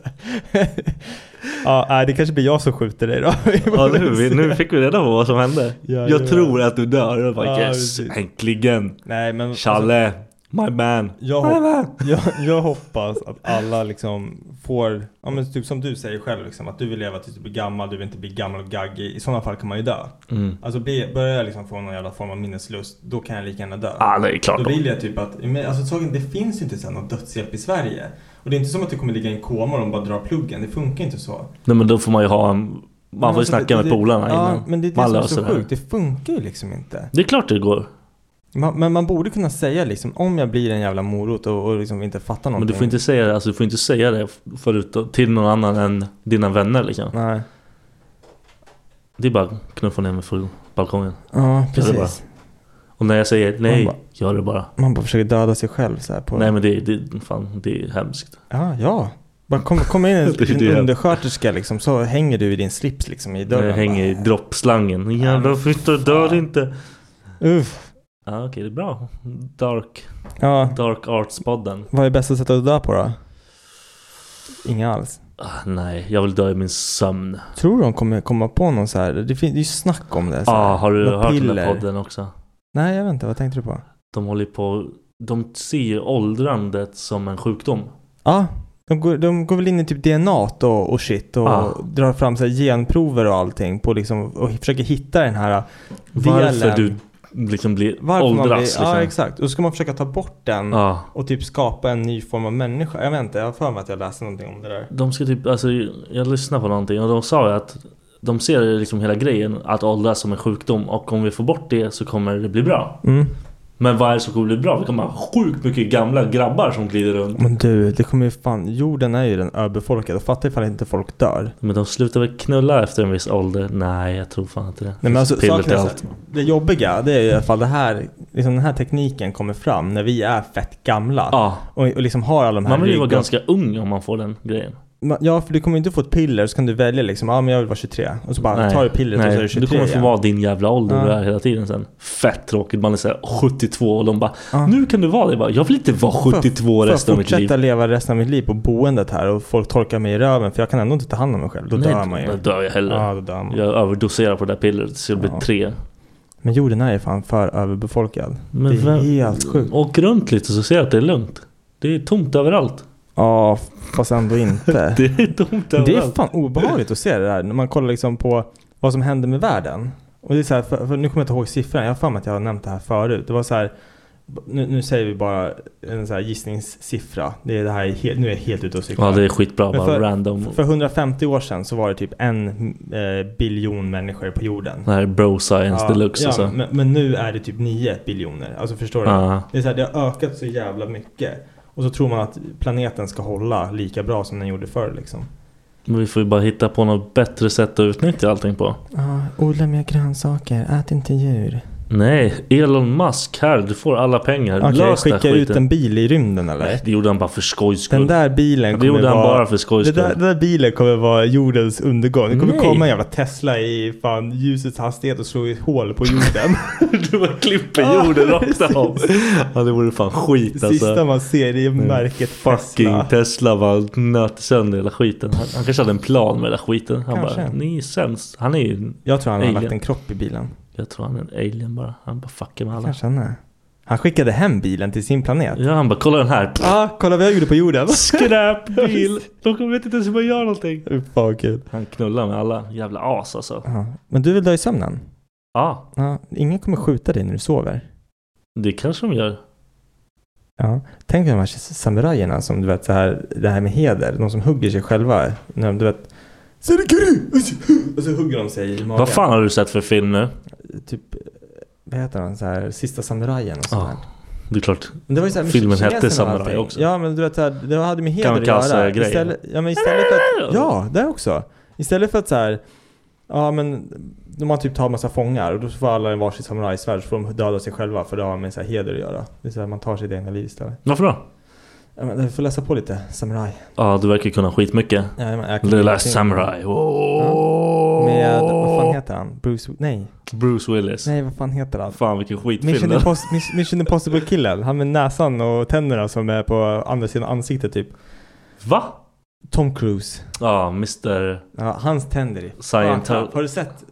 Speaker 6: Ja, nej, det kanske blir jag som skjuter dig då.
Speaker 5: Ja, nu, nu fick vi reda på vad som hände.
Speaker 6: Ja,
Speaker 5: jag
Speaker 6: ja.
Speaker 5: tror att du dör. Jag bara,
Speaker 6: Ja,
Speaker 5: yes,
Speaker 6: precis.
Speaker 5: äntligen.
Speaker 6: Nej men... alltså,
Speaker 5: Challe, my man.
Speaker 6: Jag,
Speaker 5: my
Speaker 6: hop-
Speaker 5: man.
Speaker 6: jag, jag hoppas att alla liksom får, ja men typ som du säger själv liksom, att du vill leva tills du blir gammal, du vill inte bli gammal och gaggig. I sådana fall kan man ju dö.
Speaker 5: Mm.
Speaker 6: Alltså bli, börjar jag liksom få någon jävla form av minneslust, då kan jag lika gärna dö.
Speaker 5: Ja, det är klart.
Speaker 6: Då
Speaker 5: då.
Speaker 6: vill jag typ att, men alltså saken, det finns ju inte så här någon dödshjälp i Sverige. Och det är inte som att du kommer ligga i en koma och de bara drar pluggen, det funkar inte så.
Speaker 5: Nej, men då får man ju ha en... Man får ju
Speaker 6: alltså,
Speaker 5: snacka
Speaker 6: det-
Speaker 5: med
Speaker 6: det-
Speaker 5: polarna
Speaker 6: ja,
Speaker 5: innan.
Speaker 6: men det är det
Speaker 5: man
Speaker 6: som är så
Speaker 5: löser det.
Speaker 6: sjukt, det funkar ju liksom inte.
Speaker 5: Det är klart det går.
Speaker 6: Man, men man borde kunna säga liksom, om jag blir en jävla morot och, och liksom inte fattar någonting.
Speaker 5: Men du får inte säga det, alltså, du får inte säga det förut, till någon annan än dina vänner liksom.
Speaker 6: Nej.
Speaker 5: Det är bara att knuffa ner mig från balkongen.
Speaker 6: Ja,
Speaker 5: Gör det bara.
Speaker 6: precis.
Speaker 5: Och när jag säger nej,
Speaker 6: bara-
Speaker 5: gör det bara.
Speaker 6: Man bara försöker döda sig själv så här på...
Speaker 5: Nej men det, det, fan, det är hemskt.
Speaker 6: Ja, ja. Bara kom, kom in en,
Speaker 5: Det är
Speaker 6: en
Speaker 5: det.
Speaker 6: undersköterska liksom, så hänger du i din slips liksom i dörren.
Speaker 5: Jag hänger i droppslangen. Jävla fitta, dör inte.
Speaker 6: bara. Uff.
Speaker 5: Ja okej, det är bra. Dark,
Speaker 6: Ja,
Speaker 5: dark Arts-podden.
Speaker 6: vad är bästa sättet att dö på då? Inga alls.
Speaker 5: Ah, nej, jag vill dö i min sömn.
Speaker 6: Tror du de kommer komma på någon så här? Det finns det är ju snack om det. Så
Speaker 5: Ja,
Speaker 6: här.
Speaker 5: ah, har du
Speaker 6: Något
Speaker 5: hört den
Speaker 6: piller.
Speaker 5: där podden också?
Speaker 6: Nej, jag vet inte. Vad tänkte du på?
Speaker 5: De håller ju på... De ser ju åldrandet som en sjukdom.
Speaker 6: Ja, de går, de går väl in i typ DNA t och, och shit och
Speaker 5: Ja.
Speaker 6: drar fram så här genprover och allting på liksom och försöker hitta den här delen.
Speaker 5: Varför du liksom blir
Speaker 6: Varför man
Speaker 5: åldras
Speaker 6: blir,
Speaker 5: liksom. Ah.
Speaker 6: Ja, exakt. Och så ska man försöka ta bort den.
Speaker 5: Ja.
Speaker 6: Och typ skapa en ny form av människa. Jag vet inte, jag har för mig att jag läste någonting om det där.
Speaker 5: De ska typ, alltså jag lyssnade på någonting och de sa ju att de ser
Speaker 6: Mm.
Speaker 5: liksom hela grejen att åldras som en sjukdom och om vi får bort det så kommer det bli bra. Men vad är det som kommer bli bra? Vi kommer ha sjukt mycket gamla grabbar som glider runt.
Speaker 6: Men du, det kommer ju fan... Jorden är ju den överbefolkade. Fattar ifall inte folk dör.
Speaker 5: Men de slutar väl knulla efter en viss ålder? Nej, jag tror fan inte det.
Speaker 6: Nej, men alltså,
Speaker 5: Piller
Speaker 6: saken
Speaker 5: till
Speaker 6: är så
Speaker 5: allt.
Speaker 6: här, det jobbiga det är i alla fall det här, liksom den här tekniken kommer fram när vi är fett gamla.
Speaker 5: Ja.
Speaker 6: Och, och liksom har alla de här
Speaker 5: Man vill ju vara
Speaker 6: rygg-
Speaker 5: ganska ung om man får den grejen.
Speaker 6: Ma- Ja, för du kommer inte få ett piller så kan du välja liksom, ja ah, men jag vill vara 23. Och så bara tar du pillret och så är du 23
Speaker 5: Du kommer få
Speaker 6: igen.
Speaker 5: vara din jävla ålder du
Speaker 6: Ja.
Speaker 5: är hela tiden sen. Fett tråkigt. Man är såhär 72 och de bara Nu kan du vara det. Jag, bara, jag vill inte vara 72
Speaker 6: Får jag
Speaker 5: resten av mitt liv.
Speaker 6: fortsätta leva resten av mitt liv på boendet här och folk torkar mig i röven för jag kan ändå inte ta hand om mig själv. Då dör man ju.
Speaker 5: Då dör jag hellre.
Speaker 6: Ja, då dör man.
Speaker 5: Jag överdoserar på det där pillret så jag blir
Speaker 6: Ja.
Speaker 5: tre.
Speaker 6: Men jorden är ju fan för överbefolkad.
Speaker 5: Men
Speaker 6: det är
Speaker 5: vem-
Speaker 6: helt sjukt.
Speaker 5: Åk runt lite så ser jag att det är lugnt. Det är tomt överallt.
Speaker 6: Ja, fast ändå inte.
Speaker 5: Det är tomt
Speaker 6: Men
Speaker 5: överallt.
Speaker 6: Det är fan obehagligt att se det där när man kollar liksom på vad som händer med världen. Och det är så här, för, för nu kommer jag inte ihåg siffran, jag har för mig att jag har nämnt det här förut. Det var så här, nu, nu säger vi bara en så här gissningssiffra. Det är det här, är helt, nu är jag helt ute och cyklar.
Speaker 5: Ja det är skitbra.
Speaker 6: Men
Speaker 5: Bara
Speaker 6: för-
Speaker 5: random.
Speaker 6: För 150 år sedan så var det typ en eh, biljon människor på jorden.
Speaker 5: Det här är bro science deluxe
Speaker 6: ja,
Speaker 5: alltså.
Speaker 6: men, men nu är det typ 9 biljoner. Alltså förstår du?
Speaker 5: Ja.
Speaker 6: Det, är så här, det har ökat så jävla mycket. Och så tror man att planeten ska hålla lika bra som den gjorde förr liksom.
Speaker 5: Men vi får ju bara hitta på något bättre sätt att utnyttja allting på.
Speaker 6: Ja, odla mer grönsaker, ät inte djur.
Speaker 5: Nej, Elon Musk här. Du får alla pengar.
Speaker 6: Okej,
Speaker 5: Lös den här
Speaker 6: skicka
Speaker 5: skiten.
Speaker 6: ut en bil i rymden eller?
Speaker 5: Nej, det gjorde han bara för skojs
Speaker 6: Den
Speaker 5: skull.
Speaker 6: där bilen
Speaker 5: Det
Speaker 6: kommer
Speaker 5: gjorde han
Speaker 6: vara...
Speaker 5: bara för skojs
Speaker 6: det där,
Speaker 5: skull.
Speaker 6: den där bilen kommer vara jordens undergång. Det kommer
Speaker 5: Nej.
Speaker 6: komma en jävla Tesla i fan ljusets hastighet och slå i ett hål på jorden.
Speaker 5: Du bara klipper jorden rakt av. Ja det vore fan skit
Speaker 6: Det
Speaker 5: alltså.
Speaker 6: sista man ser det är märket
Speaker 5: Mm. Fucking
Speaker 6: Tesla.
Speaker 5: Tesla bara nöt sönder hela skiten. Han, han kanske hade en plan med hela skiten. Han bara,
Speaker 6: Kanske.
Speaker 5: ni är sämst. Han är ju,
Speaker 6: Jag tror han har
Speaker 5: Alien.
Speaker 6: lagt en kropp i bilen.
Speaker 5: jag tror han är en alien bara. Han bara fuckar med alla.
Speaker 6: Kanske han är. Han skickade hem bilen till sin planet.
Speaker 5: Ja han bara, kolla den här.
Speaker 6: Ja, ah, kolla vad jag gjorde på jorden.
Speaker 5: Skräpbil. De kommer inte ens börja göra någonting.
Speaker 6: Fan kul.
Speaker 5: Han knullar med alla jävla as alltså.
Speaker 6: Ja. Men du vill dö i sömnen?
Speaker 5: Ja,
Speaker 6: Ja, ingen kommer skjuta dig när du sover.
Speaker 5: det kanske de gör.
Speaker 6: Ja. Tänk dig de här samurajerna som du vet så här, det här med heder, de som hugger sig själva. När de, du vet Serikiri! Och så hugger de sig i magen.
Speaker 5: Vad fan har du sett för film nu?
Speaker 6: Typ, vad heter han? Så här, Sista samurajen och sånt
Speaker 5: Ja,
Speaker 6: där.
Speaker 5: det är klart.
Speaker 6: Men det var ju så här med
Speaker 5: Filmen
Speaker 6: kineserna
Speaker 5: hette
Speaker 6: och
Speaker 5: Samurai
Speaker 6: allting.
Speaker 5: också.
Speaker 6: Ja men du vet så här, det hade med heder att göra.
Speaker 5: Kamikaze-grejen.
Speaker 6: Istället, ja men istället för att, ja det också. Istället för att så här, ja men de har typ tagit massa fångar och då får alla en varsitt samurajsvärd så får de döda sig själva för det har med så här heder att göra. Det är så här, man tar sitt egna liv istället.
Speaker 5: Varför då?
Speaker 6: Ja, men du får läsa på lite, samurai.
Speaker 5: Ja, du verkar kunna skitmycket.
Speaker 6: Ja, men jag kan
Speaker 5: The
Speaker 6: ingenting.
Speaker 5: Last Samurai. Oh.
Speaker 6: Mm. Med, vad fan heter han? Bruce, nej,
Speaker 5: Bruce Willis.
Speaker 6: nej vad fan heter han?
Speaker 5: Fan vilken skitfilm.
Speaker 6: Mission,
Speaker 5: det-
Speaker 6: Impos- Miss- Mission Impossible killen, han med näsan och tänderna som är på andra sidan ansiktet typ.
Speaker 5: Va?
Speaker 6: Tom Cruise.
Speaker 5: Ja, Mr...
Speaker 6: Ja, hans tänder i.
Speaker 5: Scientol-
Speaker 6: Fan, har du sett?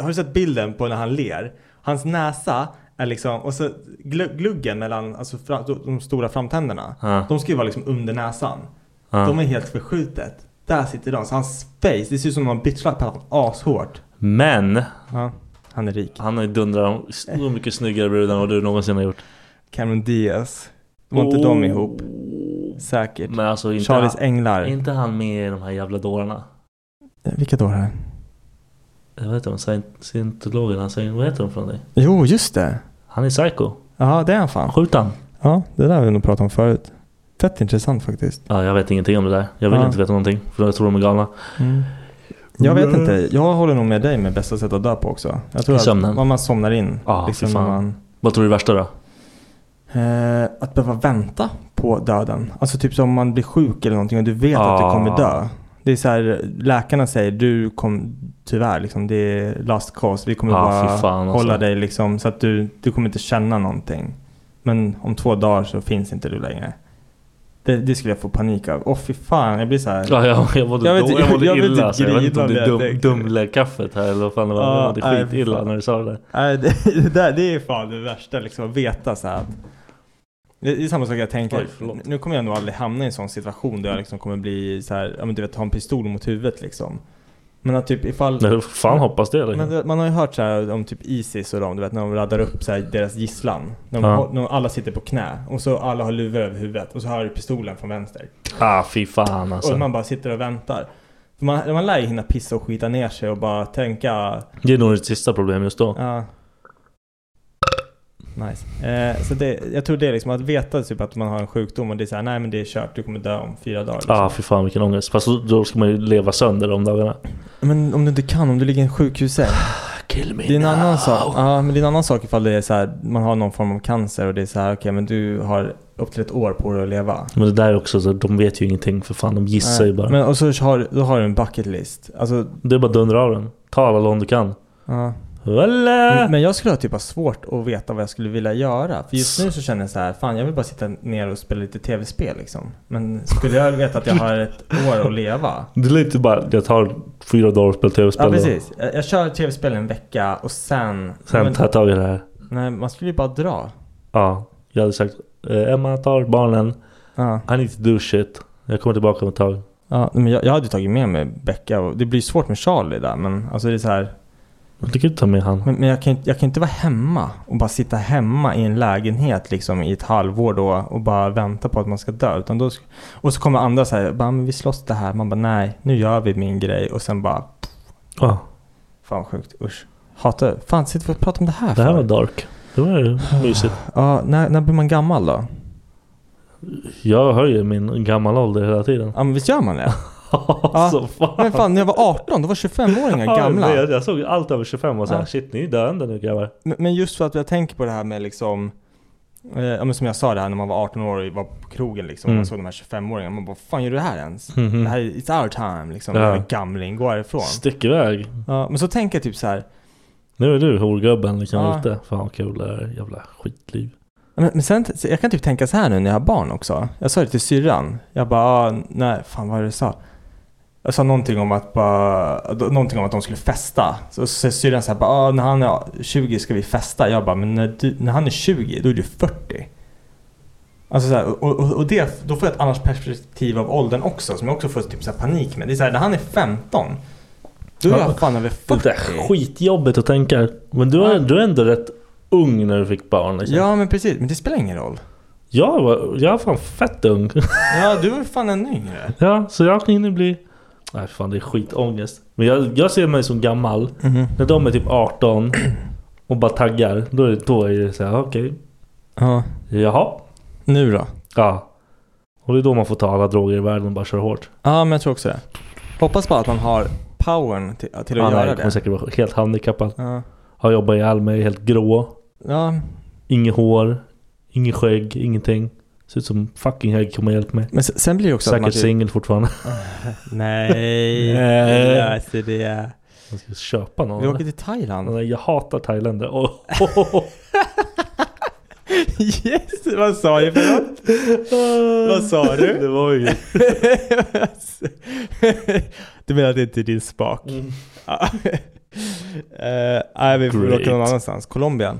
Speaker 6: Har du sett bilden på när han ler? Hans näsa är liksom, och så gl- gluggen mellan alltså, fra, de- de stora framtänderna.
Speaker 5: Ja.
Speaker 6: De ska ju vara liksom under näsan.
Speaker 5: Ja.
Speaker 6: De är helt förskjutet. Där sitter de. Så hans face, det ser ut som någon bitchlap honom ashårt.
Speaker 5: Men
Speaker 6: Ja, han är rik.
Speaker 5: han har ju dundrat om
Speaker 6: Eh.
Speaker 5: så mycket snyggare brudar än vad du någonsin har gjort. Oh.
Speaker 6: Cameron Diaz. Var inte de ihop? Säkert.
Speaker 5: Men alltså inte,
Speaker 6: Charlies
Speaker 5: han,
Speaker 6: änglar. Eh,
Speaker 5: inte han med i de här jävla dårarna. Eh,
Speaker 6: Vilka då? Här?
Speaker 5: Jag vet inte, scient- scientologen, han säger, vad heter de från dig?
Speaker 6: Jo, just det.
Speaker 5: Han är psycho.
Speaker 6: Ja, det är han fan.
Speaker 5: Skjut han.
Speaker 6: Ja, det där har vi nog pratat om förut. Fett intressant faktiskt.
Speaker 5: Ja, jag vet ingenting om det där. Jag vill
Speaker 6: Ja.
Speaker 5: inte veta någonting. För jag tror de är galna.
Speaker 6: Jag vet inte. Jag håller nog med dig med bästa sätt att dö på också. Jag tror
Speaker 5: I
Speaker 6: att
Speaker 5: sömnen.
Speaker 6: vad man somnar in.
Speaker 5: Ja, Ah, fy
Speaker 6: när
Speaker 5: fan.
Speaker 6: Liksom man,
Speaker 5: Vad tror du är det värsta då?
Speaker 6: eh, att behöva vänta på döden. Alltså typ som om man blir sjuk eller någonting och du vet att du
Speaker 5: Ah.
Speaker 6: kommer dö. Det är så här, läkarna säger du kom, tyvärr liksom, det är last cause. Vi kommer
Speaker 5: Ja,
Speaker 6: bara
Speaker 5: fy fan, alltså.
Speaker 6: hålla dig liksom så att du, du kommer inte känna någonting. Men om två dagar så finns inte du längre. Det, det skulle jag få panik av. Åh fy fan, jag blir så här.
Speaker 5: Ja, jag, jag mådde,
Speaker 6: Jag vet
Speaker 5: då,
Speaker 6: inte-
Speaker 5: jag mådde
Speaker 6: jag vet
Speaker 5: illa
Speaker 6: inte
Speaker 5: alltså. Jag vet inte om det
Speaker 6: grina
Speaker 5: är
Speaker 6: om det
Speaker 5: dum,
Speaker 6: jag
Speaker 5: Dumle-kaffet här eller vad fan det var.
Speaker 6: Ja,
Speaker 5: jag mådde
Speaker 6: nej,
Speaker 5: skitilla
Speaker 6: fan.
Speaker 5: när du sa det där.
Speaker 6: Nej, det, det, där, det är fan det värsta liksom, att veta så här. att- Det det är samma sak jag tänker,
Speaker 5: Oj, förlåt.
Speaker 6: nu kommer jag nog aldrig hamna i en sån situation där jag liksom kommer bli så här, ja men du vet ha en pistol mot huvudet liksom. Men att typ ifall...
Speaker 5: Nej, fan hoppas det.
Speaker 6: Men
Speaker 5: Liksom.
Speaker 6: det- man har ju hört så här om typ Isis och dem, du vet när de laddar upp så här deras gisslan. När, de,
Speaker 5: Ja.
Speaker 6: hå- när alla sitter på knä och så alla har luvor över huvudet och så hör du pistolen från vänster.
Speaker 5: Ah, fy fan alltså.
Speaker 6: Och man bara sitter och väntar. För man, man lär ju hinna pissa och skita ner sig och bara tänka,
Speaker 5: Det är nog ditt sista problem just då.
Speaker 6: ja. Nice. Eh, så det, jag tror det är liksom att veta typ att man har en sjukdom och det är såhär, nej men det är kört, du kommer dö om fyra dagar. Liksom.
Speaker 5: Ja, ah, fy fan vilken ångest. Fast då- då ska man ju leva sönder de dagarna.
Speaker 6: Men om du inte kan, om du ligger i en sjukhussäng.
Speaker 5: Ah, Kill me
Speaker 6: Det är en
Speaker 5: now.
Speaker 6: annan sak. Ja, men det är en annan sak ifall det är så här, man har någon form av cancer och det är så här, okej men du har upp till ett år på dig att leva.
Speaker 5: Men det där är också så, de vet ju ingenting för fan, de gissar ju bara.
Speaker 6: Men och så har, då har du en bucket list. Alltså,
Speaker 5: Det är bara att dundra av den. Ta alla lån du kan.
Speaker 6: ja.
Speaker 5: Voilà!
Speaker 6: Men jag skulle ha typ ha svårt att veta vad jag skulle vilja göra. För just nu så känner jag så här, fan jag vill bara sitta ner och spela lite tv-spel liksom. Men skulle jag veta att jag har ett år att leva?
Speaker 5: Det är lite bara, jag tar fyra dagar och spelar tv-spel.
Speaker 6: Ja
Speaker 5: då.
Speaker 6: precis. Jag, jag kör tv-spel en vecka och sen...
Speaker 5: Sen
Speaker 6: men,
Speaker 5: tar jag tag i det här.
Speaker 6: nej, man skulle ju bara dra.
Speaker 5: Ja, jag hade sagt eh, Emma tar barnen.
Speaker 6: Ja.
Speaker 5: I need to do shit. Jag kommer tillbaka om ett tag.
Speaker 6: Ja, men jag, jag hade ju tagit med mig Becka och det blir svårt med Charlie där men alltså det är så här,
Speaker 5: Jag tycker inte ta med han.
Speaker 6: men, men jag, kan, ju- jag kan inte vara hemma och bara sitta hemma i en lägenhet liksom i ett halvår då och bara vänta på att man ska dö. Utan då, sk- och så kommer andra så här, bara, men vi slåss det här. Man bara nej, nu gör vi min grej och sen bara,
Speaker 5: Ja,
Speaker 6: fan sjukt, usch. Hatar det. Fan, sitter vi och pratar om det här
Speaker 5: det här var
Speaker 6: för?
Speaker 5: dark. Det var ju mysigt.
Speaker 6: Ja, när, när blir man gammal då?
Speaker 5: Jag höjer min gammal ålder hela tiden.
Speaker 6: Ja men visst gör man det?
Speaker 5: alltså fan.
Speaker 6: Men fan, när jag var 18 då var 25-åringar
Speaker 5: Ja,
Speaker 6: gamla.
Speaker 5: jag, jag såg allt över 25 var såhär,
Speaker 6: Ja.
Speaker 5: shit ni är döende nu grabbar.
Speaker 6: Men men just för att jag tänker på det här med liksom eh, ja, men som jag sa det här när man var 18 år och var på krogen liksom.
Speaker 5: Mm.
Speaker 6: Man såg de här 25-åringarna. Man bara, "Vad fan gör du det här ens?
Speaker 5: Mhm.
Speaker 6: Det här är, it's our time liksom.
Speaker 5: Ja.
Speaker 6: Ja. Gamling, gå härifrån.
Speaker 5: Stick iväg.
Speaker 6: Ja, men så tänker jag typ så här.
Speaker 5: Nu är du horgubben liksom
Speaker 6: Ja.
Speaker 5: ute. Fan vad kul det här jävla skitliv.
Speaker 6: Men, men sen, så jag kan typ tänka så här nu när jag har barn också. Jag sa det till syrran. Jag bara, ah, nej, fan vad var det du sa? Jag sa någonting om att bara, någonting om att de skulle festa. Så säger syrran så här, bara, ah, när han är 20 ska vi festa. Jag bara, men när, du, när han är 20 då är du 40. Alltså så här, och, och, och det, då får jag ett annat perspektiv av åldern också. Som jag också får typ så här panik med. Det är så här, när han är 15. Då är
Speaker 5: Ja.
Speaker 6: jag fan över 40.
Speaker 5: Det är skitjobbigt att tänka. Men du är, du är ändå rätt ung när du fick barn liksom.
Speaker 6: Ja men precis, men det spelar ingen roll.
Speaker 5: Jag var, jag var fan fett ung.
Speaker 6: Ja, du är fan ännu yngre.
Speaker 5: ja, så jag kan hinna bli... Nej fan det är skitångest. Men jag, jag ser mig som gammal.
Speaker 6: Mhm.
Speaker 5: När de är typ 18 och bara taggar. Då är, då är det såhär, okej.
Speaker 6: Ja.
Speaker 5: Jaha.
Speaker 6: Nu då?
Speaker 5: Ja. Och det är då man får ta alla droger i världen och bara köra hårt.
Speaker 6: Ja, men jag tror också det. Hoppas bara att man har powern till, till att
Speaker 5: Anna
Speaker 6: göra
Speaker 5: kommer
Speaker 6: det.
Speaker 5: säkert vara helt handikappad.
Speaker 6: Ja.
Speaker 5: Har jobbat ihjäl mig, är helt grå.
Speaker 6: ja,
Speaker 5: Inget hår. Inget skägg, ingenting. Ser ut som fucking hög kommer hjälpa mig.
Speaker 6: men se- sen blir det också att man... typ-
Speaker 5: Säkert singel fortfarande.
Speaker 6: Nej,
Speaker 5: Nej.
Speaker 6: det löser det.
Speaker 5: Man ska köpa någon.
Speaker 6: Vi åker till Thailand.
Speaker 5: Nej, Jag hatar thailändare. Oh, oh, oh, oh.
Speaker 6: Yes, vad sa du för något? Vad sa du?
Speaker 5: Det var ju...
Speaker 6: du menar att det inte är din smak? Ja. Eh, Nej, vi får
Speaker 5: Great.
Speaker 6: åka någon annanstans. Colombia.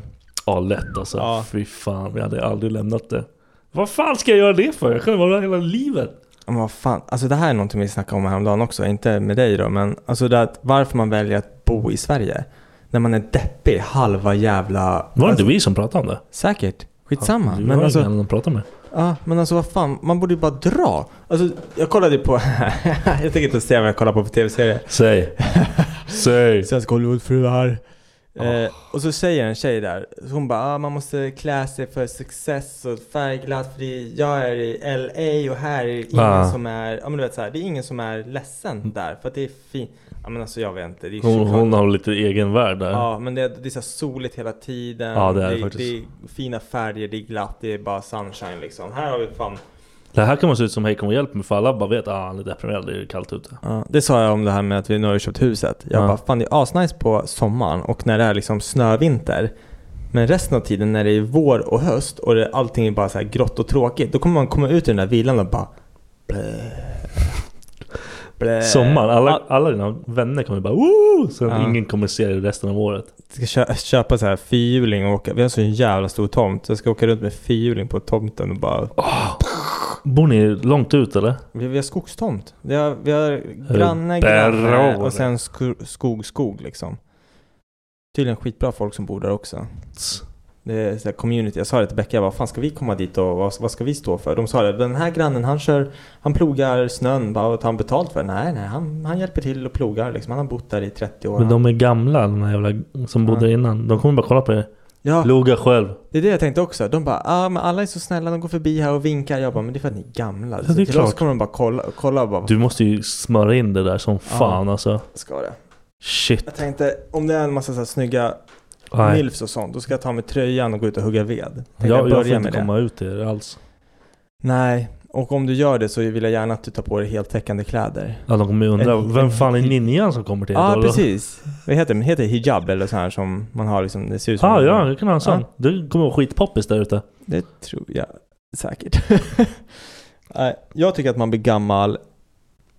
Speaker 5: Ja, lätt alltså.
Speaker 6: Ja.
Speaker 5: Fy fan, jag hade aldrig lämnat det. Vad fan ska jag göra det för? Jag kan vara där hela livet.
Speaker 6: Men vad fan, alltså det här är någonting vi snackade om häromdagen också, inte med dig då, men alltså det att varför man väljer att bo i Sverige. När man är deppig halva jävla...
Speaker 5: Var det
Speaker 6: alltså,
Speaker 5: inte vi som pratade om det?
Speaker 6: Säkert, skitsamma.
Speaker 5: Du
Speaker 6: men,
Speaker 5: har
Speaker 6: alltså,
Speaker 5: ingen annan att prata med.
Speaker 6: ja, men alltså vad fan, man borde ju bara dra. Alltså jag kollade ju på... jag tänker inte säga vad jag kollar på för tv-serie.
Speaker 5: Säg. Säg.
Speaker 6: Svenska Hollywoodfruar. Eh, och så säger en tjej där, så hon bara ah, man måste klä sig för success och färgglatt för det är, jag är i LA och här är det ingen
Speaker 5: Ah.
Speaker 6: som är, ja men du vet så här, det är ingen som är ledsen där för att det är fint. Ja men alltså jag vet inte, det är
Speaker 5: Mm. Hon,
Speaker 6: såklart-
Speaker 5: hon har lite egen värld där.
Speaker 6: Ja men det, är- det är så här soligt hela tiden.
Speaker 5: Ja, det är det
Speaker 6: det,
Speaker 5: faktiskt.
Speaker 6: det är fina färger, det är glatt, det är bara sunshine liksom. Här har vi fan
Speaker 5: Det här kan man se ut som Hej kom och hjälp mig för alla bara vet att ah, han är deprimerad, det är kallt ute.
Speaker 6: Ja, det sa jag om det här med att vi nu har ju köpt huset. Jag
Speaker 5: Ja.
Speaker 6: bara, fan det är asnice på sommaren och när det är liksom snövinter. Men resten av tiden när det är vår och höst och det, allting är bara så här grått och tråkigt. Då kommer man komma ut ur den där villan och bara blä, blä.
Speaker 5: Sommaren, alla, alla dina vänner kommer bara Woo! Sen
Speaker 6: Ja.
Speaker 5: ingen kommer se dig resten av året.
Speaker 6: Jag ska kö- köpa så här fyrhjuling och åka. Vi har så en jävla stor tomt. Så jag ska åka runt med fyrhjuling på tomten och bara.
Speaker 5: Bor ni långt ut eller?
Speaker 6: Vi, vi har skogstomt. Vi har, vi har granne, granne
Speaker 5: Beror.
Speaker 6: och sen sko- skog, skog liksom. Tydligen skitbra folk som bor där också. Det är Eh, så här community. Jag sa det till Becka, jag bara, fan ska vi komma dit och vad, vad ska vi stå för? De sa det, den här grannen han kör, han plogar snön bara och tar han betalt för det? Nej, nej, han, han hjälper till och plogar liksom. Han har bott där i 30 år.
Speaker 5: Men de är gamla, de här jävla som bodde
Speaker 6: Ja.
Speaker 5: innan. De kommer bara kolla på er.
Speaker 6: Ja,
Speaker 5: Loga själv.
Speaker 6: det är det jag tänkte också. De bara ah, men alla är så snälla, de går förbi här och vinkar. Jag bara men det är för att ni är gamla.
Speaker 5: Ja, det är
Speaker 6: Till oss
Speaker 5: klart.
Speaker 6: kommer de bara kolla, kolla och bara
Speaker 5: Du måste ju smöra in det där som fan alltså.
Speaker 6: "Vad ska det?
Speaker 5: Shit.
Speaker 6: Jag tänkte om det är en massa så här snygga
Speaker 5: Nej.
Speaker 6: milfs och sånt, då ska jag ta med tröjan och gå ut och hugga ved. Tänkte
Speaker 5: Jag, jag får
Speaker 6: börja
Speaker 5: inte
Speaker 6: med det.
Speaker 5: komma ut i det alls.
Speaker 6: Nej, och om du gör det så vill jag gärna att du tar på dig heltäckande kläder.
Speaker 5: Ja, de kommer ju undra,
Speaker 6: En-
Speaker 5: vem
Speaker 6: en-
Speaker 5: fan är ninjan som kommer till er
Speaker 6: Ja,
Speaker 5: då?
Speaker 6: precis. Det heter, det heter hijab eller så här som man har liksom, det ser ut som
Speaker 5: Ah,
Speaker 6: en-
Speaker 5: ja, det kan ha en sån.
Speaker 6: Ja.
Speaker 5: Du kommer vara skitpoppis där ute.
Speaker 6: Det tror jag säkert. Nej, jag tycker att man blir gammal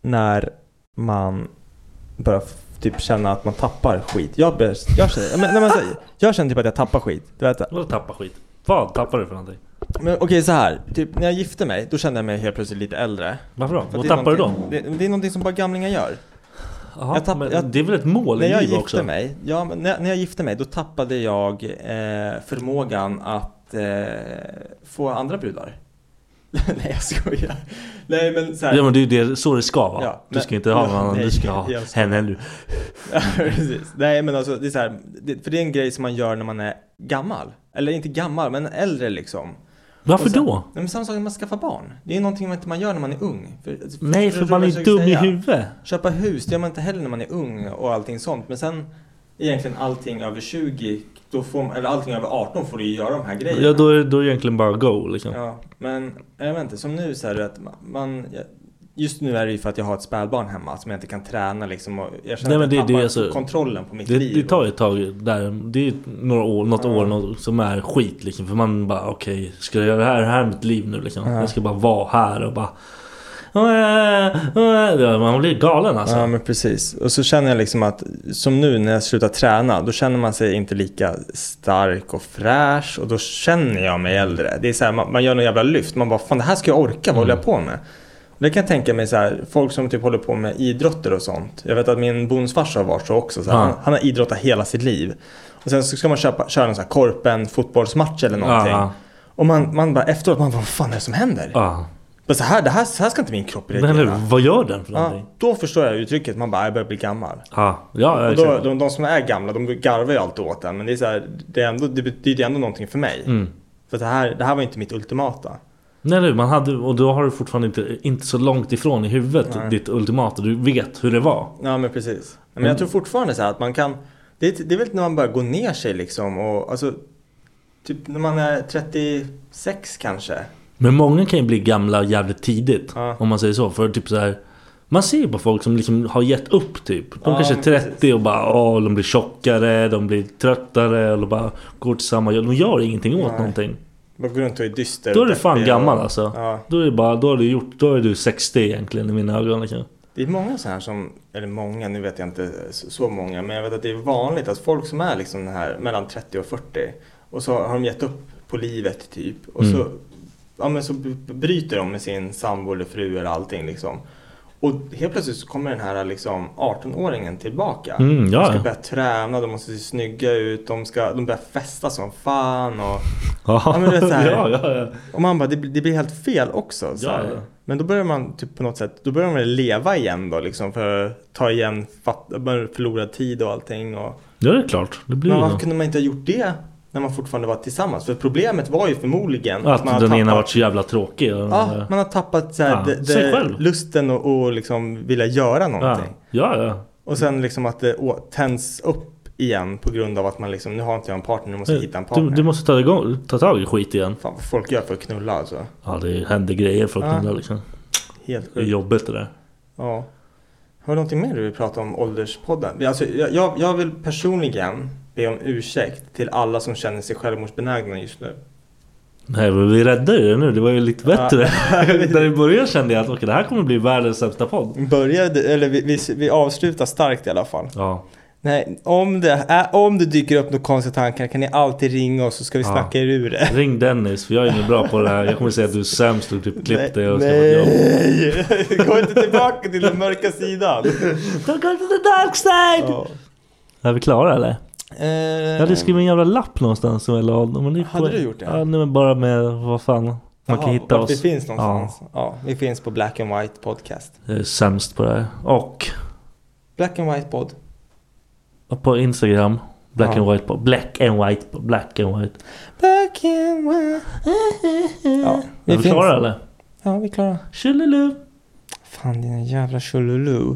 Speaker 6: när man börjar f- typ känna att man tappar skit. Jag, börjar, jag, känner, men, nej, men, så- jag känner typ att jag tappar skit. Du vet,
Speaker 5: Vadå tappa skit? Vad tappar du för någonting?
Speaker 6: men okej så här. Typ när jag gifte mig, då kände jag mig helt plötsligt lite äldre.
Speaker 5: Varför då?
Speaker 6: För att
Speaker 5: Vad
Speaker 6: det är
Speaker 5: tappar du då?
Speaker 6: någonting- Det, det är någonting som bara gamlingar gör.
Speaker 5: Jaha,
Speaker 6: Jag tapp-
Speaker 5: men
Speaker 6: jag-
Speaker 5: det är väl ett mål
Speaker 6: När
Speaker 5: i
Speaker 6: jag
Speaker 5: livet
Speaker 6: gifte
Speaker 5: också?
Speaker 6: mig, ja, men när, när jag gifte mig då tappade jag eh, förmågan att eh, få andra brudar. Nej jag skojar. Nej men såhär.
Speaker 5: Ja men det är ju det, så det ska vara.
Speaker 6: Ja,
Speaker 5: du
Speaker 6: men-
Speaker 5: ska inte ha
Speaker 6: Ja,
Speaker 5: någon annan,
Speaker 6: nej,
Speaker 5: du ska ha
Speaker 6: jag ska-
Speaker 5: henne nu.
Speaker 6: Ja, precis. Nej men alltså det är så här, det, för det är en grej som man gör när man är gammal. Eller inte gammal men äldre liksom.
Speaker 5: Varför
Speaker 6: Och sen-
Speaker 5: då?
Speaker 6: Nej, men samma sak när man skaffar barn. Det är någonting man inte man gör när man är ung. För, för-
Speaker 5: Nej för
Speaker 6: förstår du
Speaker 5: man
Speaker 6: vad
Speaker 5: är
Speaker 6: jag
Speaker 5: dum i
Speaker 6: försöker säga?
Speaker 5: huvudet.
Speaker 6: Köpa hus, det gör man inte heller när man är ung och allting sånt. Men sen egentligen allting över 20, då får, man- eller allting över 18 får du ju göra de här grejerna.
Speaker 5: Ja då är då är det egentligen bara go liksom.
Speaker 6: Ja, men jag vet inte. Som nu så är det att man... jag- Just nu är det ju för att jag har ett spädbarn hemma som jag inte kan träna liksom. Och jag känner
Speaker 5: Nej, men
Speaker 6: att
Speaker 5: det-
Speaker 6: jag
Speaker 5: det är
Speaker 6: tappar
Speaker 5: alltså-
Speaker 6: kontrollen på mitt
Speaker 5: Det,
Speaker 6: liv.
Speaker 5: det tar ju ett tag där. Det är ju några år, något år något, som är skit liksom. För man bara okej, ska jag göra det här, det här är mitt liv nu liksom? Jag ska bara vara här och bara... Ja, Man blir galen alltså.
Speaker 6: Ja men precis. Och så känner jag liksom att som nu när jag slutar träna då känner man sig inte lika stark och fräsch och då känner jag mig äldre. Det är så här, man, man gör någon jävla lyft. Man bara fan det här ska jag
Speaker 5: Mm.
Speaker 6: orka, vad håller jag på med? Och det kan jag tänka mig så här, folk som typ håller på med idrotter och sånt. Jag vet att min bonusfarsa har varit så också. Så här,
Speaker 5: Ja.
Speaker 6: han, han har idrottat hela sitt liv. Och sen så ska man köpa, köra en sån här korpen fotbollsmatch eller någonting.
Speaker 5: Ja.
Speaker 6: Och man, man bara efteråt, man bara, vad fan är det som händer?
Speaker 5: Ja.
Speaker 6: Men så här, det här, så här ska inte min kropp
Speaker 5: Men
Speaker 6: reagera.
Speaker 5: eller, vad gör den för
Speaker 6: Ja,
Speaker 5: någonting?
Speaker 6: då förstår jag uttrycket, man bara jag börjar bli gammal.
Speaker 5: Ja, ja,
Speaker 6: Och då,
Speaker 5: exakt.
Speaker 6: de, de som är gamla de garvar ju alltid åt en men det är så här, det, är ändå, det betyder ändå någonting för mig.
Speaker 5: Mm.
Speaker 6: För det här, det här var inte mitt ultimata.
Speaker 5: Nej, nej, man hade, och då har du fortfarande inte, inte så långt ifrån i huvudet ditt ultimata. Du vet hur det var.
Speaker 6: Ja men precis. Men
Speaker 5: Mm.
Speaker 6: jag tror fortfarande så här att man kan, det är, det är väl när man börjar gå ner sig liksom och alltså typ när man är 36 kanske.
Speaker 5: Men många kan ju bli gamla jävligt tidigt.
Speaker 6: Ja.
Speaker 5: Om man säger så. För typ så här, man ser ju på folk som liksom har gett upp typ. De
Speaker 6: Ja,
Speaker 5: kanske är
Speaker 6: men
Speaker 5: 30
Speaker 6: precis.
Speaker 5: och bara åh, de blir tjockare, de blir tröttare och de bara går till samma jobb. De gör ingenting åt
Speaker 6: Nej.
Speaker 5: någonting.
Speaker 6: Man går runt och är dyster.
Speaker 5: Då är
Speaker 6: och
Speaker 5: du fan
Speaker 6: deppig
Speaker 5: gammal
Speaker 6: och,
Speaker 5: alltså.
Speaker 6: Ja.
Speaker 5: Då är det bara, då har du gjort, då är du 60 egentligen i mina ögon. Liksom.
Speaker 6: Det är många så här som, eller många, nu vet jag inte så så många, men jag vet att det är vanligt att folk som är liksom den här mellan 30 och 40 och så har de gett upp på livet typ och så,
Speaker 5: Mm.
Speaker 6: ja, men så b- bryter de med sin sambo eller fru eller allting liksom. Och helt plötsligt så kommer den här liksom 18-åringen tillbaka.
Speaker 5: Mm, ja,
Speaker 6: de ska
Speaker 5: ja.
Speaker 6: börja träna, de måste se snygga ut, de, ska, de börjar festa som fan och,
Speaker 5: Ja,
Speaker 6: men du vet så här.
Speaker 5: ja, ja, ja.
Speaker 6: och man bara, det, blir- det blir helt fel också. Så
Speaker 5: Ja,
Speaker 6: här.
Speaker 5: ja.
Speaker 6: Men då börjar man typ på något sätt, då börjar man leva igen då liksom för att ta igen fatt, bara förlorad tid och allting. Och,
Speaker 5: Ja, det är klart. Det blir
Speaker 6: men
Speaker 5: ju
Speaker 6: varför
Speaker 5: något.
Speaker 6: kunde man inte ha gjort det när man fortfarande var tillsammans? För problemet var ju förmodligen
Speaker 5: Att
Speaker 6: man
Speaker 5: den ena varit så jävla tråkig. och den
Speaker 6: ja,
Speaker 5: andra-
Speaker 6: man har tappat så här,
Speaker 5: Ja,
Speaker 6: det,
Speaker 5: sig
Speaker 6: det,
Speaker 5: själv.
Speaker 6: lusten och, och liksom vilja göra
Speaker 5: ja.
Speaker 6: någonting.
Speaker 5: ja, ja.
Speaker 6: Och sen liksom att det å- tänds upp igen på grund av att man liksom, nu har inte jag en partner, nu måste jag hitta en
Speaker 5: Du,
Speaker 6: partner.
Speaker 5: du måste ta, igång, ta tag i skit igen.
Speaker 6: Fan vad folk gör för att knulla alltså.
Speaker 5: Ja, det händer grejer för att
Speaker 6: Ja. Mm.
Speaker 5: knulla liksom.
Speaker 6: Helt
Speaker 5: Det är
Speaker 6: sjukt.
Speaker 5: jobbigt det där.
Speaker 6: Ja. Har du någonting mer du vill prata om ålderspodden? Alltså, jag, jag, jag vill personligen be om ursäkt till alla som känner sig självmordsbenägna just nu.
Speaker 5: Nej men vi räddade ju det nu, det var ju lite bättre. När i början kände jag att okej, det här kommer bli världens sämsta podd.
Speaker 6: Vi Började, eller vi, vi, vi avslutar starkt i alla fall.
Speaker 5: Ja,
Speaker 6: Nej, om det, äh, om det dyker upp några konstiga tankar kan ni alltid ringa oss så ska vi
Speaker 5: Ja.
Speaker 6: snacka er ur det.
Speaker 5: ring Dennis för jag är ingen bra på det här. Jag kommer säga att du är sämst och typ klippt dig och skaffat jobb.
Speaker 6: Nej! Gå inte tillbaka till den mörka sidan. Eh,
Speaker 5: Don't go to the dark side!
Speaker 6: Ja.
Speaker 5: Är vi klara eller? Jag hade skrivit en jävla lapp någonstans som jag la av. men det är
Speaker 6: Mm. Hade
Speaker 5: på-
Speaker 6: du gjort det?
Speaker 5: Ja, nej, men bara med vad fan. Man kan hitta
Speaker 6: vart
Speaker 5: oss.
Speaker 6: vi finns någonstans. Ja. vi finns på Black and White Podcast.
Speaker 5: Ja, jag är sämst på det här. Och
Speaker 6: Black and White Pod.
Speaker 5: på Instagram. Black and white på, black and white på, black and white.
Speaker 6: Back in when- Ja,
Speaker 5: Är vi
Speaker 6: finns.
Speaker 5: klara eller?
Speaker 6: Ja, vi är klara.
Speaker 5: Tjolilu!
Speaker 6: Fan, dina jävla tjolulu.